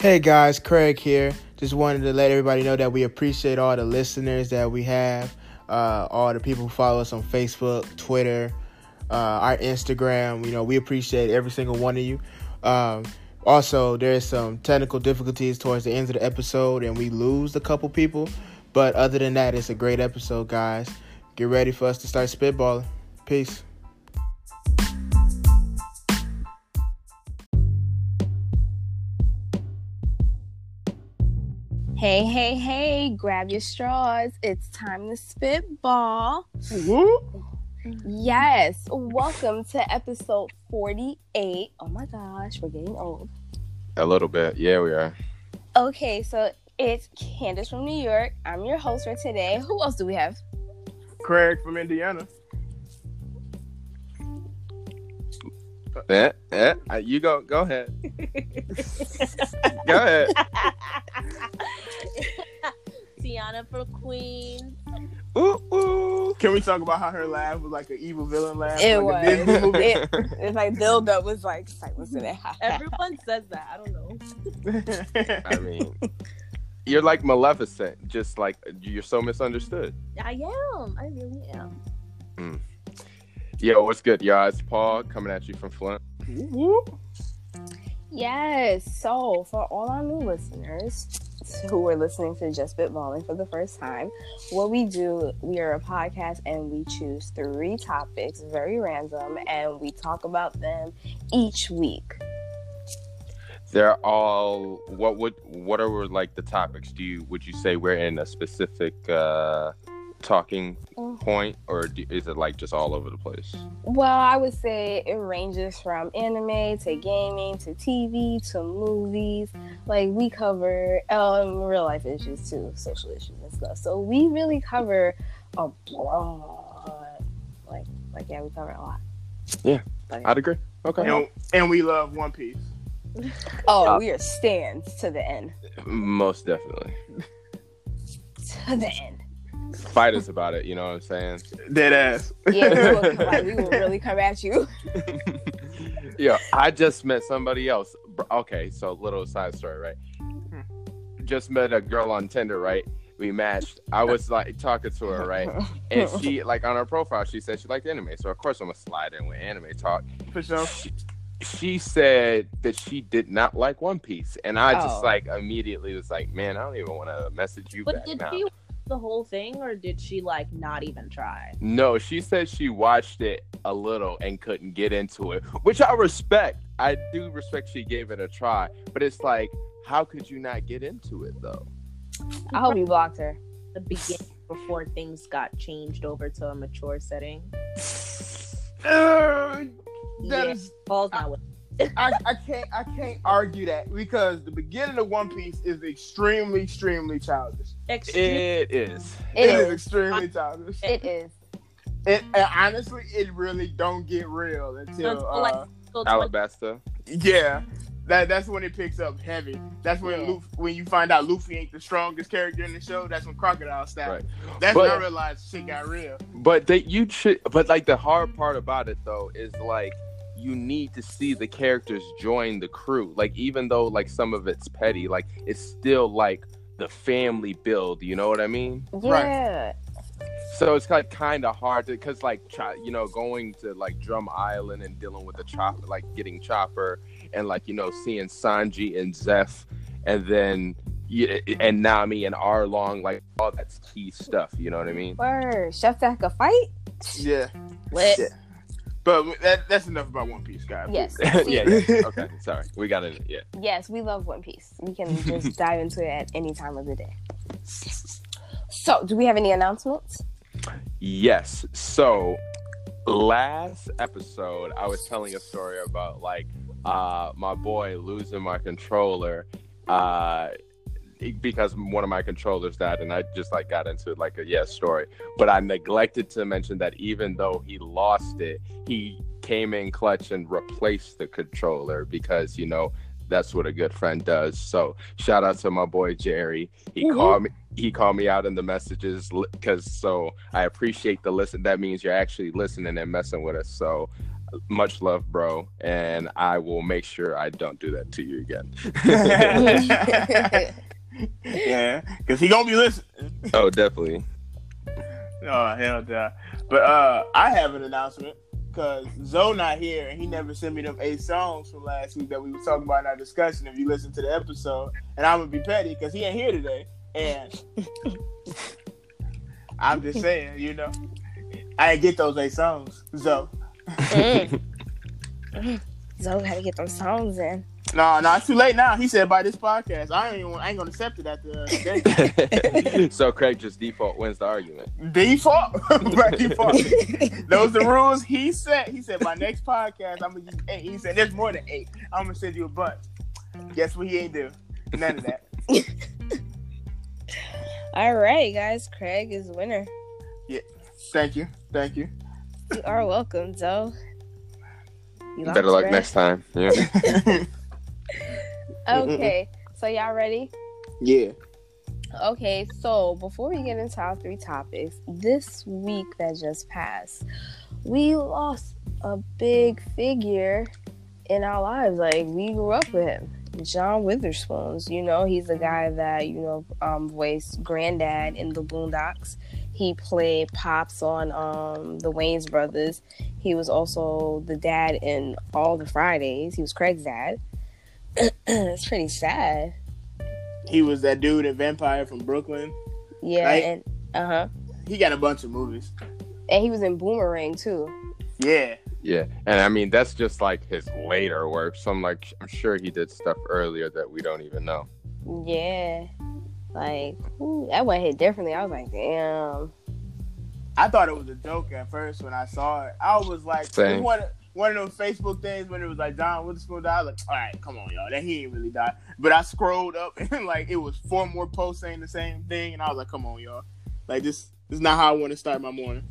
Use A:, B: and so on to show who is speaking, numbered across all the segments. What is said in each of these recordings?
A: Hey guys, Craig here. Just wanted to let everybody know that we appreciate all the listeners that we have, uh, all the people who follow us on Facebook, Twitter, uh, our Instagram. You know, we appreciate every single one of you. Um, also, there's some technical difficulties towards the end of the episode, and we lose a couple people. But other than that, it's a great episode, guys. Get ready for us to start spitballing. Peace.
B: Hey, hey, hey, grab your straws. It's time to spitball. Yes, welcome to episode 48. Oh my gosh, we're getting old.
C: A little bit. Yeah, we are.
B: Okay, so it's Candace from New York. I'm your host for today. Who else do we have?
A: Craig from Indiana.
C: Eh, eh, uh, you go. Go ahead. go ahead.
D: Tiana for Queen.
C: Ooh, ooh.
A: Can we talk about how her laugh was like an evil villain laugh?
B: It
A: Like a
B: was.
A: Disney movie?
B: It, it's like Dildo was like, it's like listen to that.
D: Everyone says that. I don't know.
C: I mean, you're like Maleficent. Just like you're so misunderstood.
D: I am. I really am.
C: Yo, what's good, y'all? It's Paul coming at you from Flint.
B: Yes, so for all our new listeners who are listening to Just Spitballing for the first time, what we do, we are a podcast and we choose three topics, very random, and we talk about them each week.
C: They're all. What would? What are like the topics? Do you? Would you say we're in a specific uh talking point, or do, is it like just all over the place?
B: Well, I would say it ranges from anime to gaming to TV to movies. Like we cover um, real life issues too, social issues and stuff. So we really cover a broad, like, like yeah, we cover a lot.
C: Yeah.
B: But-
C: I'd agree. Okay.
A: and, and we love One Piece.
B: oh, we are stands to the end,
C: Most definitely.
B: to the end.
C: Fight us about it. You know what I'm saying?
A: Dead ass.
B: Yeah, we will, like, we will really come at you.
C: Yeah, I just met somebody else. Br- Okay, so little side story, right?
D: Mm-hmm.
C: Just met a girl on Tinder, right? We matched. I was like talking to her, right? And she like on her profile, she said she liked anime. So of course I'm gonna slide in with anime talk.
A: For sure.
C: She, she said that she did not like One Piece, and I just
B: Oh.
C: like immediately was like, man, I don't even want to message you
D: But
C: back
D: did
C: now.
D: she watch the whole thing, or did she like not even try?
C: No, she said she watched it a little and couldn't get into it, which I respect. I do respect she gave it a try, but it's like, how could you not get into it though?
B: I hope you blocked her.
D: The beginning before things got changed over to a mature setting.
A: Uh, that
D: yeah,
A: is-
D: Paul's not with.
A: I, I can't I can't argue that because the beginning of One Piece is extremely extremely childish.
D: Excuse-
C: It is.
A: it
B: It
A: is.
B: is.
A: extremely childish.
B: It is.
A: It, and honestly, it really don't get real until
D: Until,
A: uh,
D: like, so it's like-
C: Alabasta.
A: yeah. That, that's when it picks up heavy. That's when
B: Yeah.
A: Luffy, when you find out Luffy ain't the strongest character in the show. That's when Crocodile
C: Right.
A: stopped. That's when I
C: But,
A: realized shit got real.
C: but they you should but like the hard part about it though is like you need to see the characters join the crew. Like even though like some of it's petty, like it's still like the family build, you know what I mean?
A: Right.
B: Yeah.
C: So it's like kind of hard to, cause like chi- you know going to like Drum Island and dealing with the chopper, like getting chopper and like you know seeing Sanji and Zeph, and then y- and Nami and Arlong, like all that's key stuff. You know what I mean?
B: Word. Chef that could fight.
A: Yeah,
D: Lit.
A: Yeah. but that, that's enough about One Piece, guys.
B: Yes.
C: yeah, yeah. Okay. Sorry, we got it. Yeah.
B: Yes, we love One Piece. We can just dive into it at any time of the day. So, do we have any announcements?
C: Yes. So last episode I was telling a story about like uh my boy losing my controller uh because one of my controllers died and I just like got into like a yes story. But I neglected to mention that even though he lost it, he came in clutch and replaced the controller because you know that's what a good friend does. So shout out to my boy Jerry. He
B: Mhm.
C: called me he called me out in the messages because so I appreciate the listen. That means you're actually listening and messing with us. So much love, bro, and I will make sure I don't do that to you again.
E: Mm.
B: yeah.
E: yeah, because he gonna be listening.
C: oh, definitely.
E: Oh hell yeah! But uh, I have an announcement because Zoe not here and he never sent me them eight songs from last week that we was talking about in our discussion. If you listen to the episode, and I'm gonna be petty because he ain't here today, and I'm just saying, you know, I didn't get those eight songs. So
B: Zoe Mm. gotta get those songs in.
E: no, no, it's too late now. He said by this podcast, I ain't, even, I ain't gonna accept it after today.
C: so Craig just default wins the argument.
E: default, by default. Those the rules he set. He said, "My next podcast, I'm gonna use eight. He said, "There's more than eight. I'm gonna send you a bunch." Guess what he ain't do? None of that.
B: All right, guys. Craig is winner.
E: Thank you, thank you.
B: You are welcome, Zoe. You lost,
C: Better luck
B: right?
C: next time. Yeah.
B: Okay. So y'all ready?
E: yeah.
B: Okay, so before we get into our three topics, this week that just passed, we lost a big figure in our lives. Like we grew up with him, John Witherspoon's. You know, he's the guy that you know um, voiced Granddad in the Boondocks. He played pops on um, the Wayne's Brothers. He was also the dad in all the Fridays. He was Craig's dad. it's pretty sad.
E: He was that dude in Vampire from Brooklyn.
B: Yeah,
E: Right.
B: and uh huh.
E: He got a bunch of movies.
B: and he was in Boomerang too.
E: Yeah.
C: Yeah, and I mean that's just like his later work. So I'm like, I'm sure he did stuff earlier that we don't even know.
B: Yeah, like ooh, that one hit differently. I was like, damn.
E: I thought it was a joke at first when I saw it. I was like, it's
C: Same.
E: one of, one of those Facebook things when it was like Don Witherspoon died. I was Like, all right, come on, y'all, that he ain't really died. But I scrolled up and like it was four more posts saying the same thing, and I was like, come on, y'all, like this, this is not how I want to start my morning.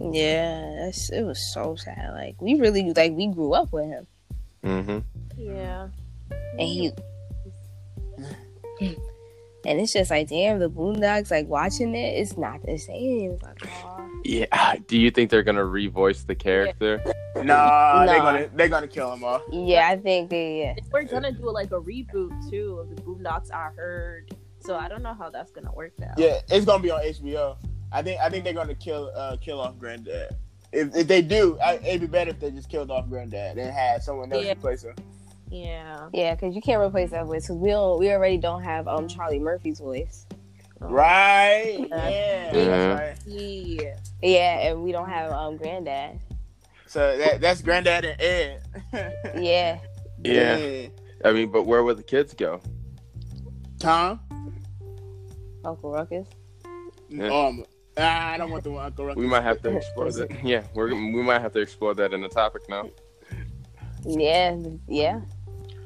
B: Yeah, that's, it was so sad. Like we really like we grew up with him,
C: Mm-hmm.
D: yeah.
B: and he. And it's just like, damn, the Boondocks, like watching it, it's not the same. It's like, aw.
C: Yeah. Do you think they're gonna revoice the character?
E: Nah, they're
B: Nah.
E: gonna they're gonna kill him off.
B: Yeah, I think they,
D: We're gonna do like a reboot too of the Boondocks. I heard. So I don't know how that's gonna work now.
E: Yeah, it's gonna be on HBO. I think I think they're gonna kill uh kill off Granddad. If, if they do, I, it'd be better if they just killed off Granddad and had someone else
D: Yeah.
E: replace him.
D: Yeah.
B: yeah, because you can't replace that voice. Cause we don't, we already don't have um Charlie Murphy's voice.
E: Right?
D: Yeah.
E: Yeah.
C: Yeah.
E: That's right.
D: Yeah.
B: Yeah, and we don't have um Granddad.
E: So that, that's Granddad and Ed.
B: Yeah,
C: I mean, but where will the kids go?
E: Tom?
B: Uncle Ruckus.
C: Yeah.
E: Um, ah, I don't want the one Uncle Ruckus.
C: We might have to explore that. Yeah, we're we might have to explore that in the topic now.
B: Yeah, yeah.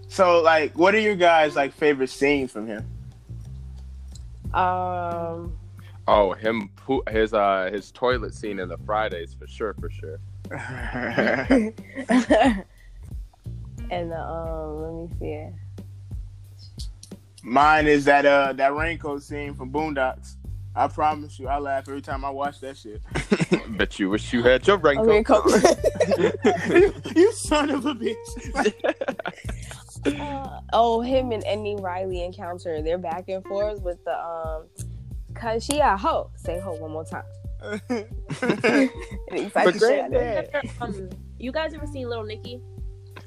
E: So, like, what are your guys' like favorite scenes from him?
B: Um,
C: Oh, him poo- his uh his toilet scene in the Fridays for sure, for sure.
B: and um, let me see.
E: Mine is that uh that raincoat scene from Boondocks. I promise you, I laugh every time I watch that shit.
C: Bet you wish you had your
B: Oh, here
C: raincoat.
B: it comes.
E: you, you son of a bitch!
B: Uh, oh, him and Andy Riley encounter their back and forth with the um, cause she a hoe. Say hoe one more time. It excites the shit out of me.
C: Granddad.
D: Um, you guys ever seen Little Nicky?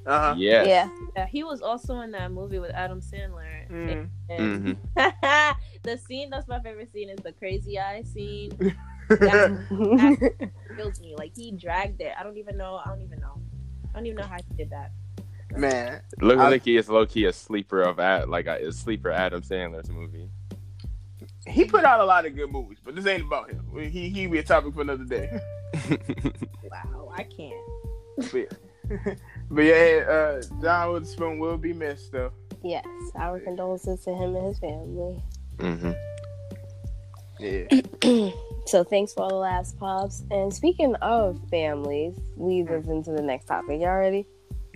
E: uh-huh.
C: Yes.
B: Yeah,
D: Yeah, he was also in that movie with Adam Sandler.
E: Mm.
D: And-
C: Mhm.
D: the scene that's my favorite scene is the crazy eye scene. kills me. Like he dragged it. I don't even know. I don't even know. I don't even know how he did that.
E: Man,
C: Little
E: I-
C: Nicky is low key a sleeper of Ad- like a, a sleeper Adam Sandler's movie.
E: he put out a lot of good movies, but this ain't about him. He he be a topic for another day.
D: Wow, I can't.
E: But yeah, uh, John Witherspoon will be missed though.
B: yes. Our condolences to him and his family.
C: mm-hmm.
E: Yeah.
B: so thanks for all the laughs, pops. And speaking of families, leads us into the next topic. Y'all ready?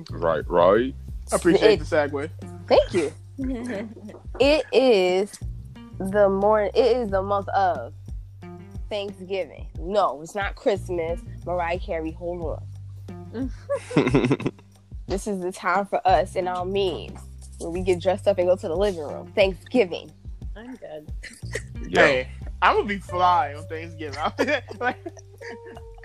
C: Right, right.
E: I appreciate
B: It-
E: the segue.
B: Thank you. it is the morning. It is the month of Thanksgiving. No, it's not Christmas. Mariah Carey, hold on. This is the time for us and our memes where we get dressed up and go to the living room. Thanksgiving.
D: I'm good.
C: Yo,
E: Hey, I'm gonna be fly on Thanksgiving. like,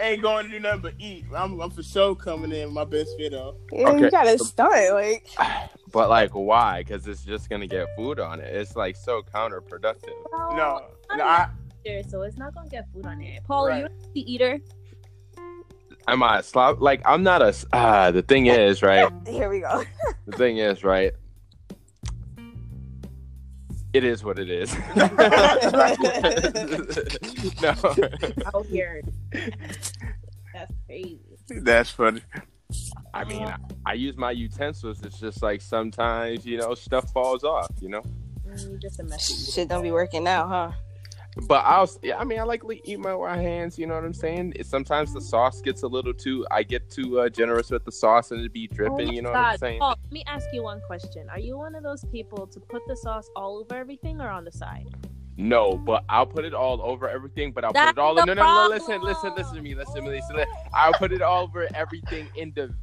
E: ain't going to do nothing but eat. I'm, I'm for sure coming in with my best fit on.
B: Yeah,
C: Okay.
B: You gotta stunt. Like,
C: but like, why? Because it's just gonna get food on it. It's like so counterproductive.
E: No, no, I,
D: There, Oh, so it's not gonna get food on it. Paul,
E: Right.
D: are you a picky eater?
C: Am I a slob? Like, I'm not a. s- Ah, the thing is, right?
B: here we go.
C: The thing is, right? It is what it is. no.
D: Out here. That's crazy.
E: that's funny.
C: I mean, I, I use my utensils. It's just like sometimes, you know, stuff falls off, you know?
D: Mm, You're just a messy eater.
B: Shit don't be working out, huh?
C: But I'll, yeah, I mean, I like to eat my with my hands. You know what I'm saying? It, sometimes the sauce gets a little too. I get too uh, generous with the sauce, and it be dripping.
D: Oh
C: you
D: my
C: know what I'm
D: God.
C: saying?
D: Paul, let me ask you one question. Are you one of those people to put the sauce all over everything or on the side?
C: No, but I'll put it all over everything. But I'll
D: That's
C: put it all. In, no,
D: the
C: no, no, Listen, listen,
D: problem.
C: listen to me. Listen to me. Listen. To me. I'll put it all over everything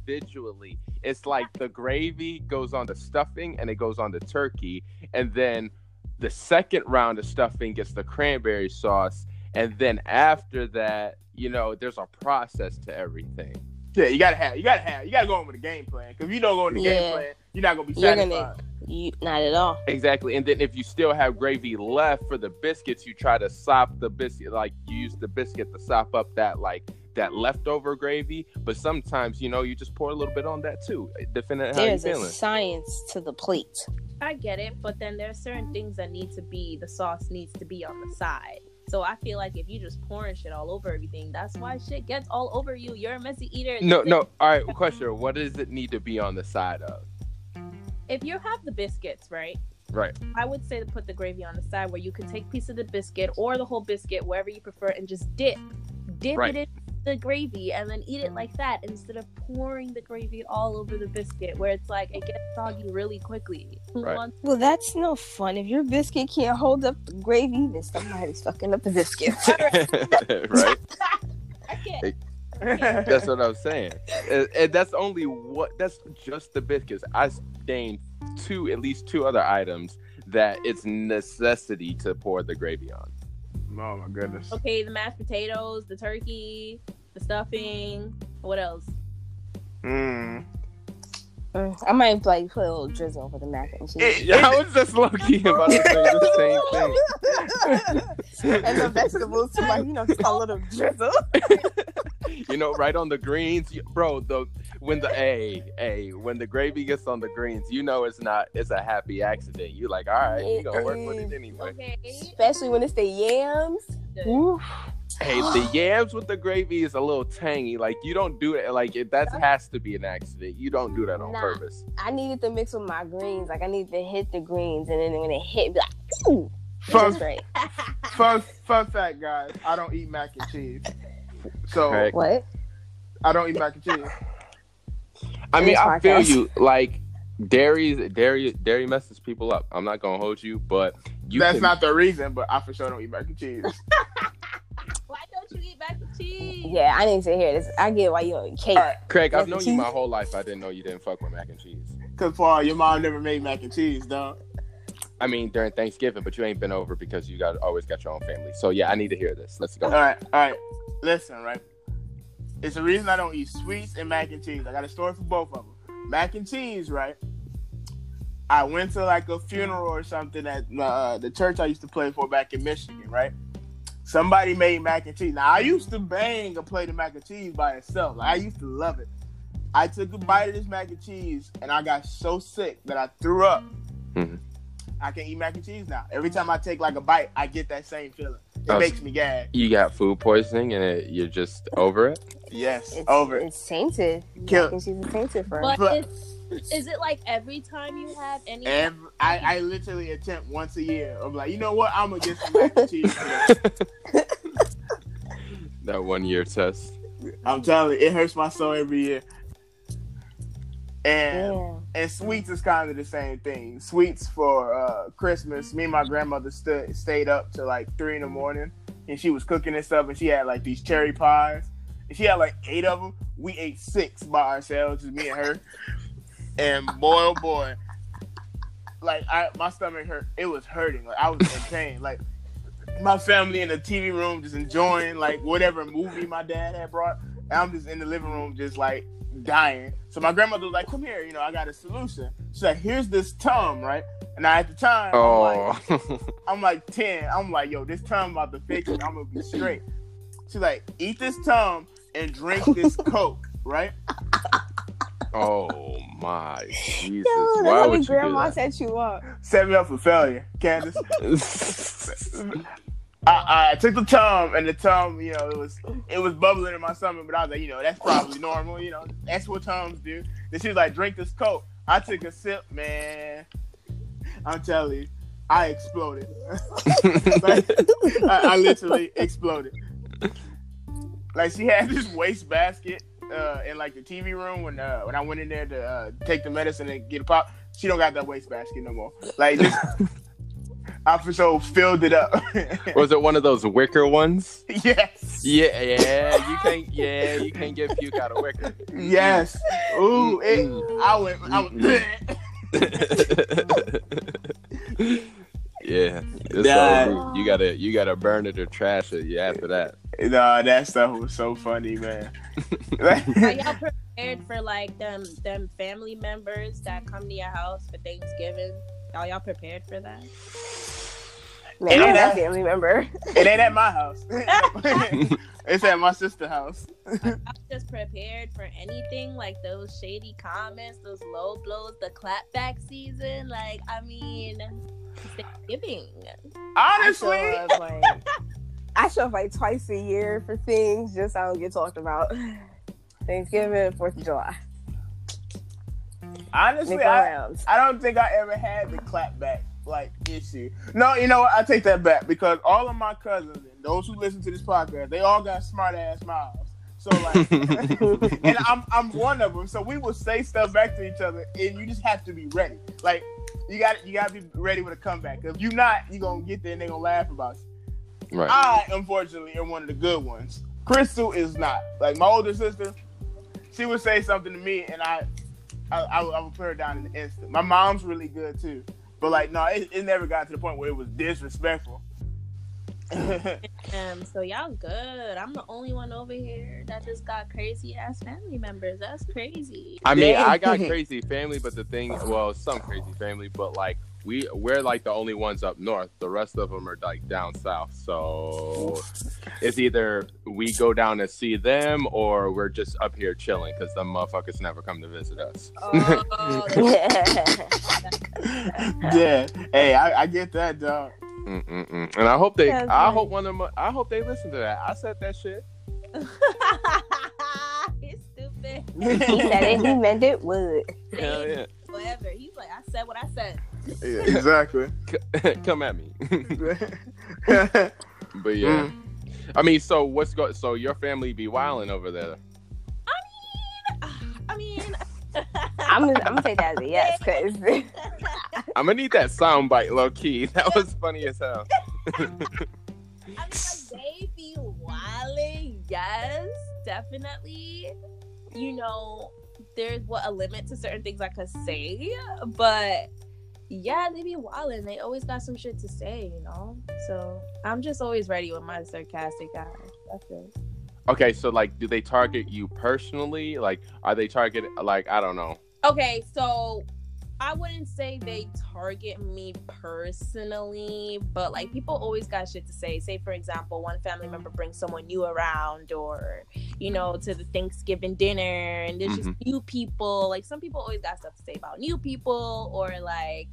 C: individually. It's like the gravy goes on the stuffing, and it goes on the turkey, and then the second round of stuffing gets the cranberry sauce, and then after that, you know, there's a process to everything.
E: Yeah, you gotta have, you gotta have, you gotta go in with a game plan. Cause if you don't go in the
B: Yeah.
E: game plan, you're not gonna be
B: You're
E: satisfied.
B: gonna- You not at all.
C: Exactly. And then if you still have gravy left for the biscuits, you try to sop the biscuit like you use the biscuit to sop up that like that leftover gravy. But sometimes, you know, you just pour a little bit on that too, depending on how you're
B: There's a
C: feeling.
B: science to the plate.
D: I get it, but then there are certain things that need to be the sauce needs to be on the side. So I feel like if you just pouring shit all over everything, that's why shit gets all over you. You're a messy eater.
C: No,
D: That's it.
C: no. All right, question. What does it need to be on the side of?
D: If you have the biscuits, right?
C: Right.
D: I would say to put the gravy on the side where you could take piece of the biscuit or the whole biscuit, wherever you prefer, and just dip, dip
C: Right.
D: it in the gravy, and then eat it like that instead of pouring the gravy all over the biscuit, where it's like it gets soggy really quickly. Who
C: Right.
D: wants-
B: Well, that's no fun. If your biscuit can't hold up the gravy, then somebody's fucking up the biscuit.
C: right.
D: I can't.
E: Oh,
C: That's what I'm saying. And, and that's only what that's just the biscuits. I named two at least two other items that it's necessity to pour the gravy on.
E: Oh my goodness.
D: Okay, the mashed potatoes, the turkey, the stuffing. What else?
E: Mm.
B: Mm, I might like put a little drizzle over the mac and cheese.
E: It-
C: Yeah, I was just low key about to say the same thing.
B: and the vegetables too, like you know, just a little drizzle.
C: You know, right on the greens, you- bro. The when the a a when the gravy gets on the greens, you know it's not it's a happy accident. You like, all right, you gonna work with it anyway.
D: Okay.
B: Especially when it's the yams.
D: Good.
B: Oof.
C: Hey, the yams with the gravy is a little tangy. Like you don't do it. Like it, that has to be an accident. You don't do that on
D: Nah.
C: purpose.
B: I needed to mix with my greens. Like I needed to hit the greens, and then when it hit, be like, ooh,
E: Fun,
B: that's great.
E: fun, fun fact, guys. I don't eat mac and cheese, so
C: Correct.
B: What?
E: I don't eat mac and cheese.
C: I mean,
B: this
C: I feel
B: podcast.
C: you. Like dairy, dairy, dairy messes people up. I'm not gonna hold you, but you
E: That's
C: can-
E: not the reason, but I for sure don't eat mac and cheese.
D: Why don't you eat mac and cheese?
B: Yeah, I need to hear this. I get why you don't eat cake.
E: All right.
C: Craig, I've
B: Mac and
C: known you my
B: cheese?
C: whole life. I didn't know you didn't fuck with mac and cheese.
E: Cause Paul, your mom never made mac and cheese, dog.
C: I mean, during Thanksgiving, but you ain't been over because you got always got your own family. So yeah, I need to hear this. Let's
E: All
C: go.
E: right, all right. Listen, right. It's the reason I don't eat sweets and mac and cheese. I got a story for both of them. Mac and cheese, right? I went to like a funeral or something at uh, the church I used to play for back in Michigan, right? Somebody made mac and cheese. Now I used to bang a plate of mac and cheese by itself. Like, I used to love it. I took a bite of this mac and cheese and I got so sick that I threw up.
C: Mhm.
E: I can eat mac and cheese now. Every time I take like a bite, I get that same feeling. It
C: Oh.
E: makes me gag.
C: You got food poisoning and it, you're just over it.
E: Yes,
B: It's,
E: over. it.
B: It's tainted.
E: Kill-
B: Mac and cheese is tainted for
D: But
E: But-
D: it's, is it like every time you have any?
E: Every, I, I literally attempt once a year. I'm like, you know what? I'm gonna get some mac and cheese. today."
C: That one year test.
E: I'm telling you, it hurts my soul every year. And
B: yeah.
E: and sweets is kind of the same thing. Sweets for uh, Christmas. Me and my grandmother stood, stayed up till like three in the morning, and she was cooking and stuff, and she had like these cherry pies, She had like eight of them. We ate six by ourselves, just me and her. And boy, oh boy, like I, my stomach hurt. It was hurting. Like I was in pain. Like my family in the TV room just enjoying like whatever movie my dad had brought. And I'm just in the living room, just like dying. So my grandmother was like, "Come here, you know, I got a solution." She's like, "Here's this tum, right?" And I at the time, I'm like,
C: Oh,
E: I'm like 10. I'm like, yo, this time I'm about to fix it. I'm gonna be straight. She's like, eat this Tom and drink this Coke, right?
C: oh my Jesus!
B: Yo, that's
C: Why
B: how your
C: would you
B: grandma
C: do
B: set you up.
E: Set me up for failure, Candace.
C: that?
E: I, I took the Tom and the Tom, you know, it was it was bubbling in my stomach, but I was like, you know, that's probably normal, you know, that's what Toms do. Then she was like, drink this Coke. I took a sip, man. I'm telling you, I exploded. like, I, I literally exploded. Like she had this waste basket uh, in like the TV room when uh, when I went in there to uh, take the medicine and get a pop. She don't got that waste basket no more. Like this, I for sure filled it up.
C: Was it one of those wicker ones?
E: yes,
C: Yeah, yeah. You can't. Yeah, you can't get puke out of wicker.
E: yes. Ooh, it, I went. I went
C: yeah, it's
E: Nah.
C: over. you gotta you gotta burn it or trash it. Yeah, after that.
E: nah, that stuff was so funny, man.
D: Are y'all prepared for like them them family members that come to your house for Thanksgiving? Are y'all prepared for that?
B: Man,
E: And
B: I
E: that-
B: definitely remember.
E: It ain't at my house. it's at my sister's house.
D: I'm just prepared for anything like those shady comments, those low blows, the clapback season. Like, I mean, it's Thanksgiving.
E: Honestly,
B: I show up like, I show up like twice a year for things just I don't get talked about. Thanksgiving, Fourth of July,
E: honestly,
B: Nick
E: I,
B: rounds.
E: I don't think I ever had the clapback like issue. No, you know what? I take that back because all of my cousins and those who listen to this podcast, they all got smart ass mouths. So like, and I'm I'm one of them. So we will say stuff back to each other, and you just have to be ready. Like you got to you got to be ready with a comeback. If you not, you gonna get there and they gonna laugh about you.
C: Right.
B: Ah,
E: I unfortunately am one of the good ones. Crystal is not. Like my older sister, she would say something to me, and I, I, I, would- I would put her down in an instant. My mom's really good too, but like no, it, it never got to the point where it was disrespectful.
D: Um, so y'all good. I'm the only one over here that just got crazy ass family members. That's crazy.
C: I mean,
A: Damn.
C: I got crazy family, but the thing, well, some crazy family, but like we we're like the only ones up north. The rest of them are like down south. So it's either we go down to see them or we're just up here chilling because the motherfuckers never come to visit us.
D: Oh,
E: yeah, hey, I, I get that, dog.
C: Mm-mm-mm. And I hope they,
B: That's
C: I
B: right.
C: hope one of them, I hope they listen to that. I said that shit.
D: he's stupid.
B: he said it. He meant it. Would
C: Hell yeah.
D: Whatever. He's like, I said what I said.
E: Yeah, exactly.
C: come at me.
E: yeah,
C: but yeah.
B: Mm.
C: I mean, so what's going? So your family be wilding over there?
D: I mean,
B: I'm gonna, I'm gonna take that as a yes because
C: I'm gonna need that sound bite, low key. That was funny as hell.
D: I mean, like, they be wilding, yes, definitely. You know, there's what a limit to certain things I could say, but yeah, they be wilding. They always got some shit to say, you know. So I'm just always ready with my sarcastic eye. That's it.
C: Okay, so like, do they target you personally? Like, are they target like I don't know?
D: Okay, so I wouldn't say they target me personally, but like people always got shit to say. Say for example, one family member brings someone new around or you know, to the Thanksgiving dinner and there's
C: Mhm.
D: just new people. Like some people always got stuff to say about new people or like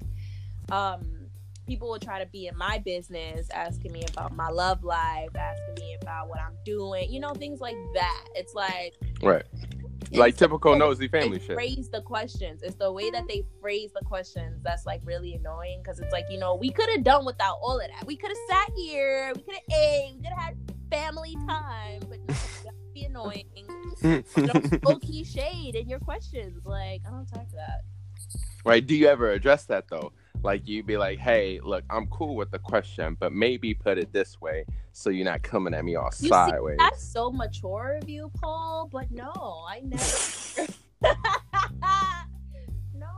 D: um people will try to be in my business asking me about my love life, asking me about what I'm doing, you know, things like that. It's like
C: Right. Like typical nosy family
D: they
C: shit.
D: phrase the questions. It's the way that they phrase the questions that's like really annoying because it's like, you know, we could have done without all of that. We could have sat here, we could have ate, we could have had family time, but no, that's be annoying. Don't low key shade in your questions. Like, I don't talk to that.
C: right? Do you ever address that though? Like you'd be like, "Hey, look, I'm cool with the question, but maybe put it this way, so you're not coming at me all
D: You see,
C: sideways."
D: That's so mature of you, Paul. But no, I never. no,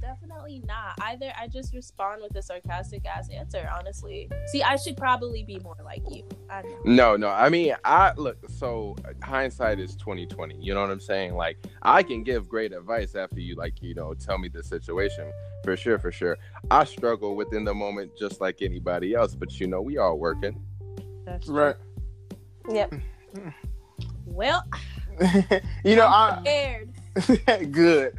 D: definitely not. Either I just respond with a sarcastic ass answer. Honestly, see, I should probably be more like you. I know.
C: No, no. I mean, I look. So hindsight is twenty twenty. You know what I'm saying? Like, I can give great advice after you, like, you know, tell me the situation for sure, for sure. I struggle within the moment just like anybody else, but you know, we all working.
E: Right.
B: Yep.
D: Well,
E: you know, I
D: scared.
E: good.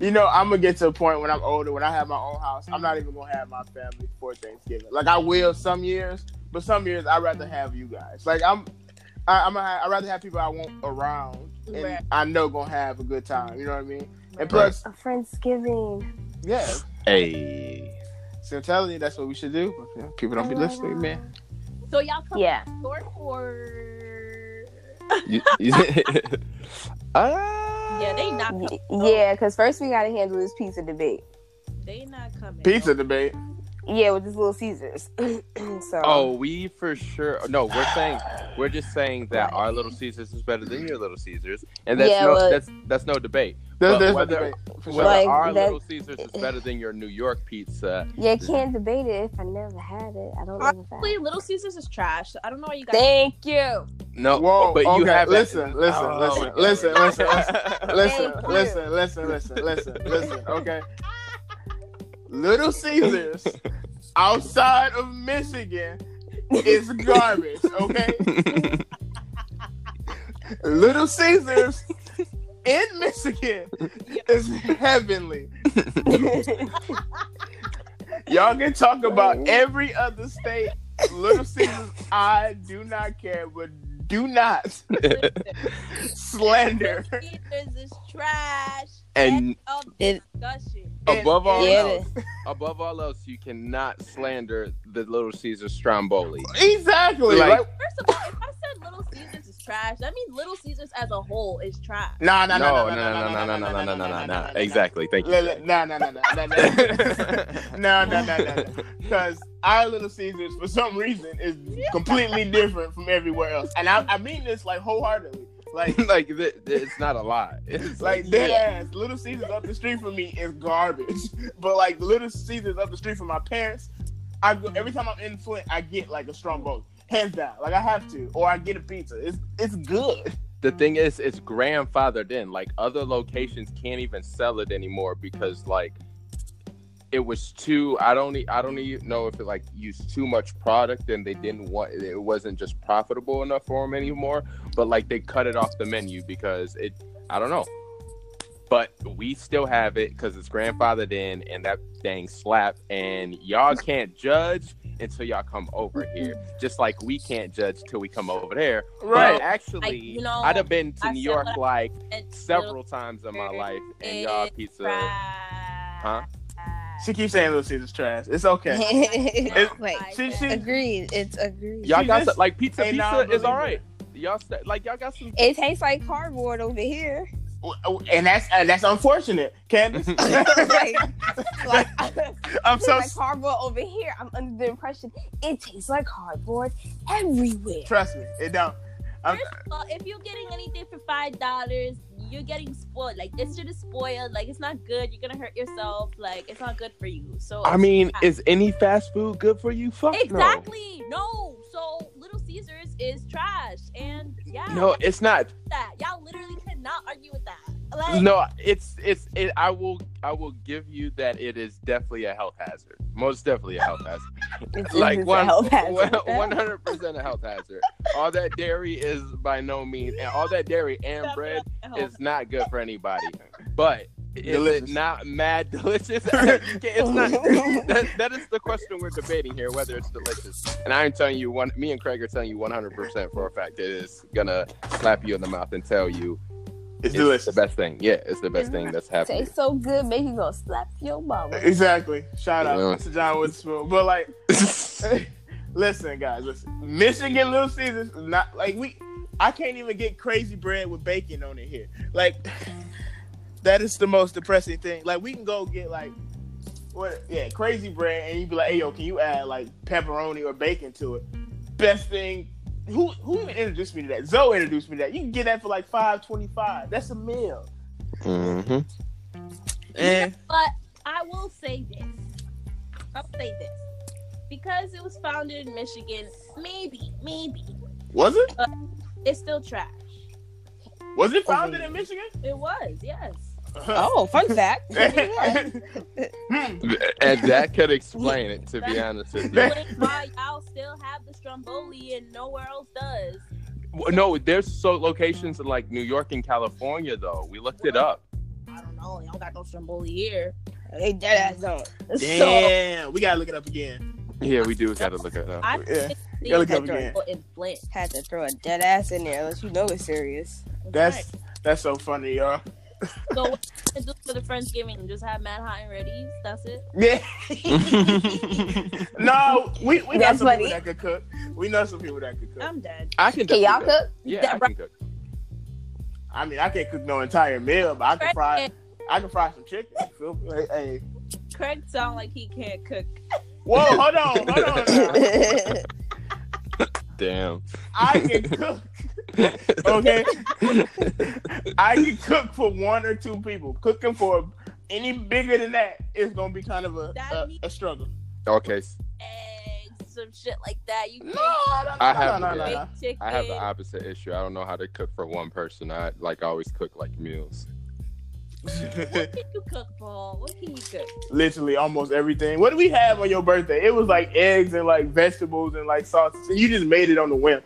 E: You know, I'm gonna get to a point when I'm older, when I have my own house, I'm not even gonna have my family for Thanksgiving. Like I will some years, but some years I'd rather have you guys. Like I'm, I, I'm, I would rather have people I want around, and
D: Right.
E: I know gonna have a good time. You know what I mean? And
D: Right.
E: plus,
B: A Friendsgiving.
E: yeah.
C: hey.
E: So I'm telling you, that's what we should do. People don't be listening, man.
D: So y'all come
B: Yeah.
D: short for.
C: You- you- Ah.
D: Yeah, they not.
B: Y-
D: Coming.
B: Yeah, because first we gotta handle this pizza debate.
D: They not coming.
E: Pizza debate.
B: Yeah, with this little Caesars. so.
C: Oh, we for sure. No, we're saying we're just saying that our little Caesars is better than your little Caesars, and that's
B: Yeah,
C: no,
B: well-
C: that's that's no debate.
E: There's,
C: But
E: there's
C: whether-
E: a debate. For
C: Whether
E: sure.
B: Like,
C: our
B: that-
C: Little Caesars is better than your New York pizza.
B: Yeah, can't debate it if I never had it. I don't know if I.
D: Honestly, Little Caesars is trash. I don't know why you guys.
B: Thank you.
C: No,
E: Whoa,
C: but you
E: okay,
C: have Oh,
E: listen, listen, listen, listen, listen, Listen,
B: Thank you.
E: listen, listen, listen, listen, listen. Okay. Little Caesars outside of Michigan is garbage. Okay.
C: listen.
E: Little Caesars in Michigan is heavenly. Y'all can talk about every other state. Little Caesars, I do not care, but do not slander.
D: Caesars is trash.
C: and
D: Of
B: It-
D: discussion.
C: above all
B: Yeah,
C: else, above all else, you cannot slander the Little Caesars Stromboli.
E: Exactly.
C: Like-
E: Like,
D: First of all, if I said Little Caesars is trash, that means Little Caesars as a whole is trash.
E: Nah, nah,
C: No,
E: nah,
C: no, no, no, no, no, no, no, no, no, no. Exactly. Thank
E: No,
C: you.
E: no,
C: Jay.
E: no, no, no, no, no, no, no. Because our Little Caesars, for some reason, is completely different from everywhere else, and I, I mean this like wholeheartedly. Like,
C: like th- th- it's not a lie. It's
E: like
C: like
E: dead ass. Little Caesars up the street from me is garbage, but like Little Caesars up the street from my parents, I go, every time I'm in Flint, I get like a Strombo, hands down. Like I have to, or I get a pizza. It's it's good.
C: the thing is, it's grandfathered in. Like other locations can't even sell it anymore because like it was too. I don't. e- I don't even know if it like used too much product and they didn't want. It wasn't just profitable enough for them anymore. But like they cut it off the menu because it. I don't know. But we still have it because it's grandfathered in, and that thing slap. And y'all can't judge until y'all come over here. Just like we can't judge till we come over there. But actually,
D: I- you know,
C: I'd have been to
D: I
C: New
D: said
C: York
D: what I
C: like
D: And
C: several times in my life, and y'all pizza.
D: Trash.
C: Huh?
E: She keeps saying Little Caesars trash. It's okay. It's-
B: Wait.
E: She, she,
B: Agreed. It's agreed.
C: Y'all
E: She
C: got
E: just
C: some, like pizza.
E: ain't
C: Pizza
E: not
C: is
E: believing
C: all right. Y'all st- like y'all got some.
B: It tastes like cardboard over here.
E: and that's and that's unfortunate, Candace.
B: like, like,
E: I'm
B: tastes
E: so
B: like cardboard over here. I'm under the impression it tastes like cardboard everywhere.
E: trust me, it don't. I'm,
D: First of all, if you're getting anything for five dollars, you're getting spoiled. Like this shit is spoiled. Like it's not good. You're gonna hurt yourself. Like it's not good for you. So
C: I mean,
D: trash.
C: is any fast food good for you? Fuck
D: exactly no. So Little Caesars is trash. And yeah,
C: no. No, it's not.
D: that y'all literally cannot argue with that. Like
C: No, it's it's. It, I will I will give you that it is definitely a health hazard. Most definitely a health hazard.
B: It's,
C: like
B: it's a
C: one
B: health hazard.
C: one hundred percent a health hazard. All that dairy is by no means, and all that dairy and bread
D: oh,
C: It's not good for anybody. But is
E: Delicious.
C: it not mad delicious? it's not. That, that is the question we're debating here, whether it's delicious. And I'm telling you, one, me and Craig are telling you 100% for a fact it is gonna slap you in the mouth and tell you
E: it's
C: the
E: delicious.
C: best thing. Yeah, it's the best thing that's happened.
B: tastes so good, make you gonna slap your mama.
E: Exactly. Shout out
C: Yeah.
E: to John Woodspoon. But like, listen, guys, listen. Michigan Little Caesars is not like we. I can't even get crazy bread with bacon on it here. Like, that is the most depressing thing. Like, we can go get like. what? Yeah, crazy bread, and you'd be like, "Hey, yo, can you add like pepperoni or bacon to it?" Best thing. Who who even introduced me to that? Zoe introduced me to that. You can get that for like five twenty five. That's a meal.
C: Mm-hmm.
E: And
D: But I will say this. I'll say this. Because it was founded in Michigan, maybe, maybe
E: was it?
D: it's still trash.
E: Was it founded in Michigan?
D: It was, yes.
B: Oh, fun fact. Yeah.
E: Hmm.
C: And that could explain it, to be honest with you.
D: Explain Why y'all still have the Stromboli and nowhere else does.
C: Well, No, there's so locations in like New York and California though. We looked it up.
D: I don't know. Y'all got no Stromboli here.
B: They dead ass don't. So,
E: Damn, we gotta look it up again.
C: Yeah, we do gotta look it up.
D: I
E: Yeah.
D: think
E: You gotta
D: they
E: come again.
D: put in Flint.
B: had to throw a dead ass in there unless you know it's serious.
E: That's that's so funny, y'all.
D: Right. so what you do for the Friendsgiving. Just have mad hot and ready. That's it.
E: Yeah. no, we, we know
B: That's
E: some
B: funny. Um,
E: people that could cook. We know some people that could cook.
D: I'm dead.
C: I can.
B: Can y'all
C: definitely
B: cook?
C: Yeah, I can cook.
E: I mean, I can't cook no entire meal, but I can fry. I can fry some chicken. Feel me? Hey, hey.
D: Craig sound like he can't cook.
E: Whoa, hold on, hold on. now.
C: Damn.
E: I can cook. Okay, I can cook for one or two people. Cooking for any bigger than that is gonna be kind of a a, a struggle.
C: okay, s-
D: Eggs, some shit like that. You
E: No,
D: can't
E: no,
C: I
E: no,
C: have-
E: no, no, no,
D: bake
E: no.
D: chicken.
C: I have the opposite issue. I don't know how to cook for one person. I like always cook like meals.
D: What can you cook, Paul? What can you cook?
E: Literally, almost everything. What do we have on your birthday? It was like eggs and like vegetables and like sausage. And you just made it on the whim.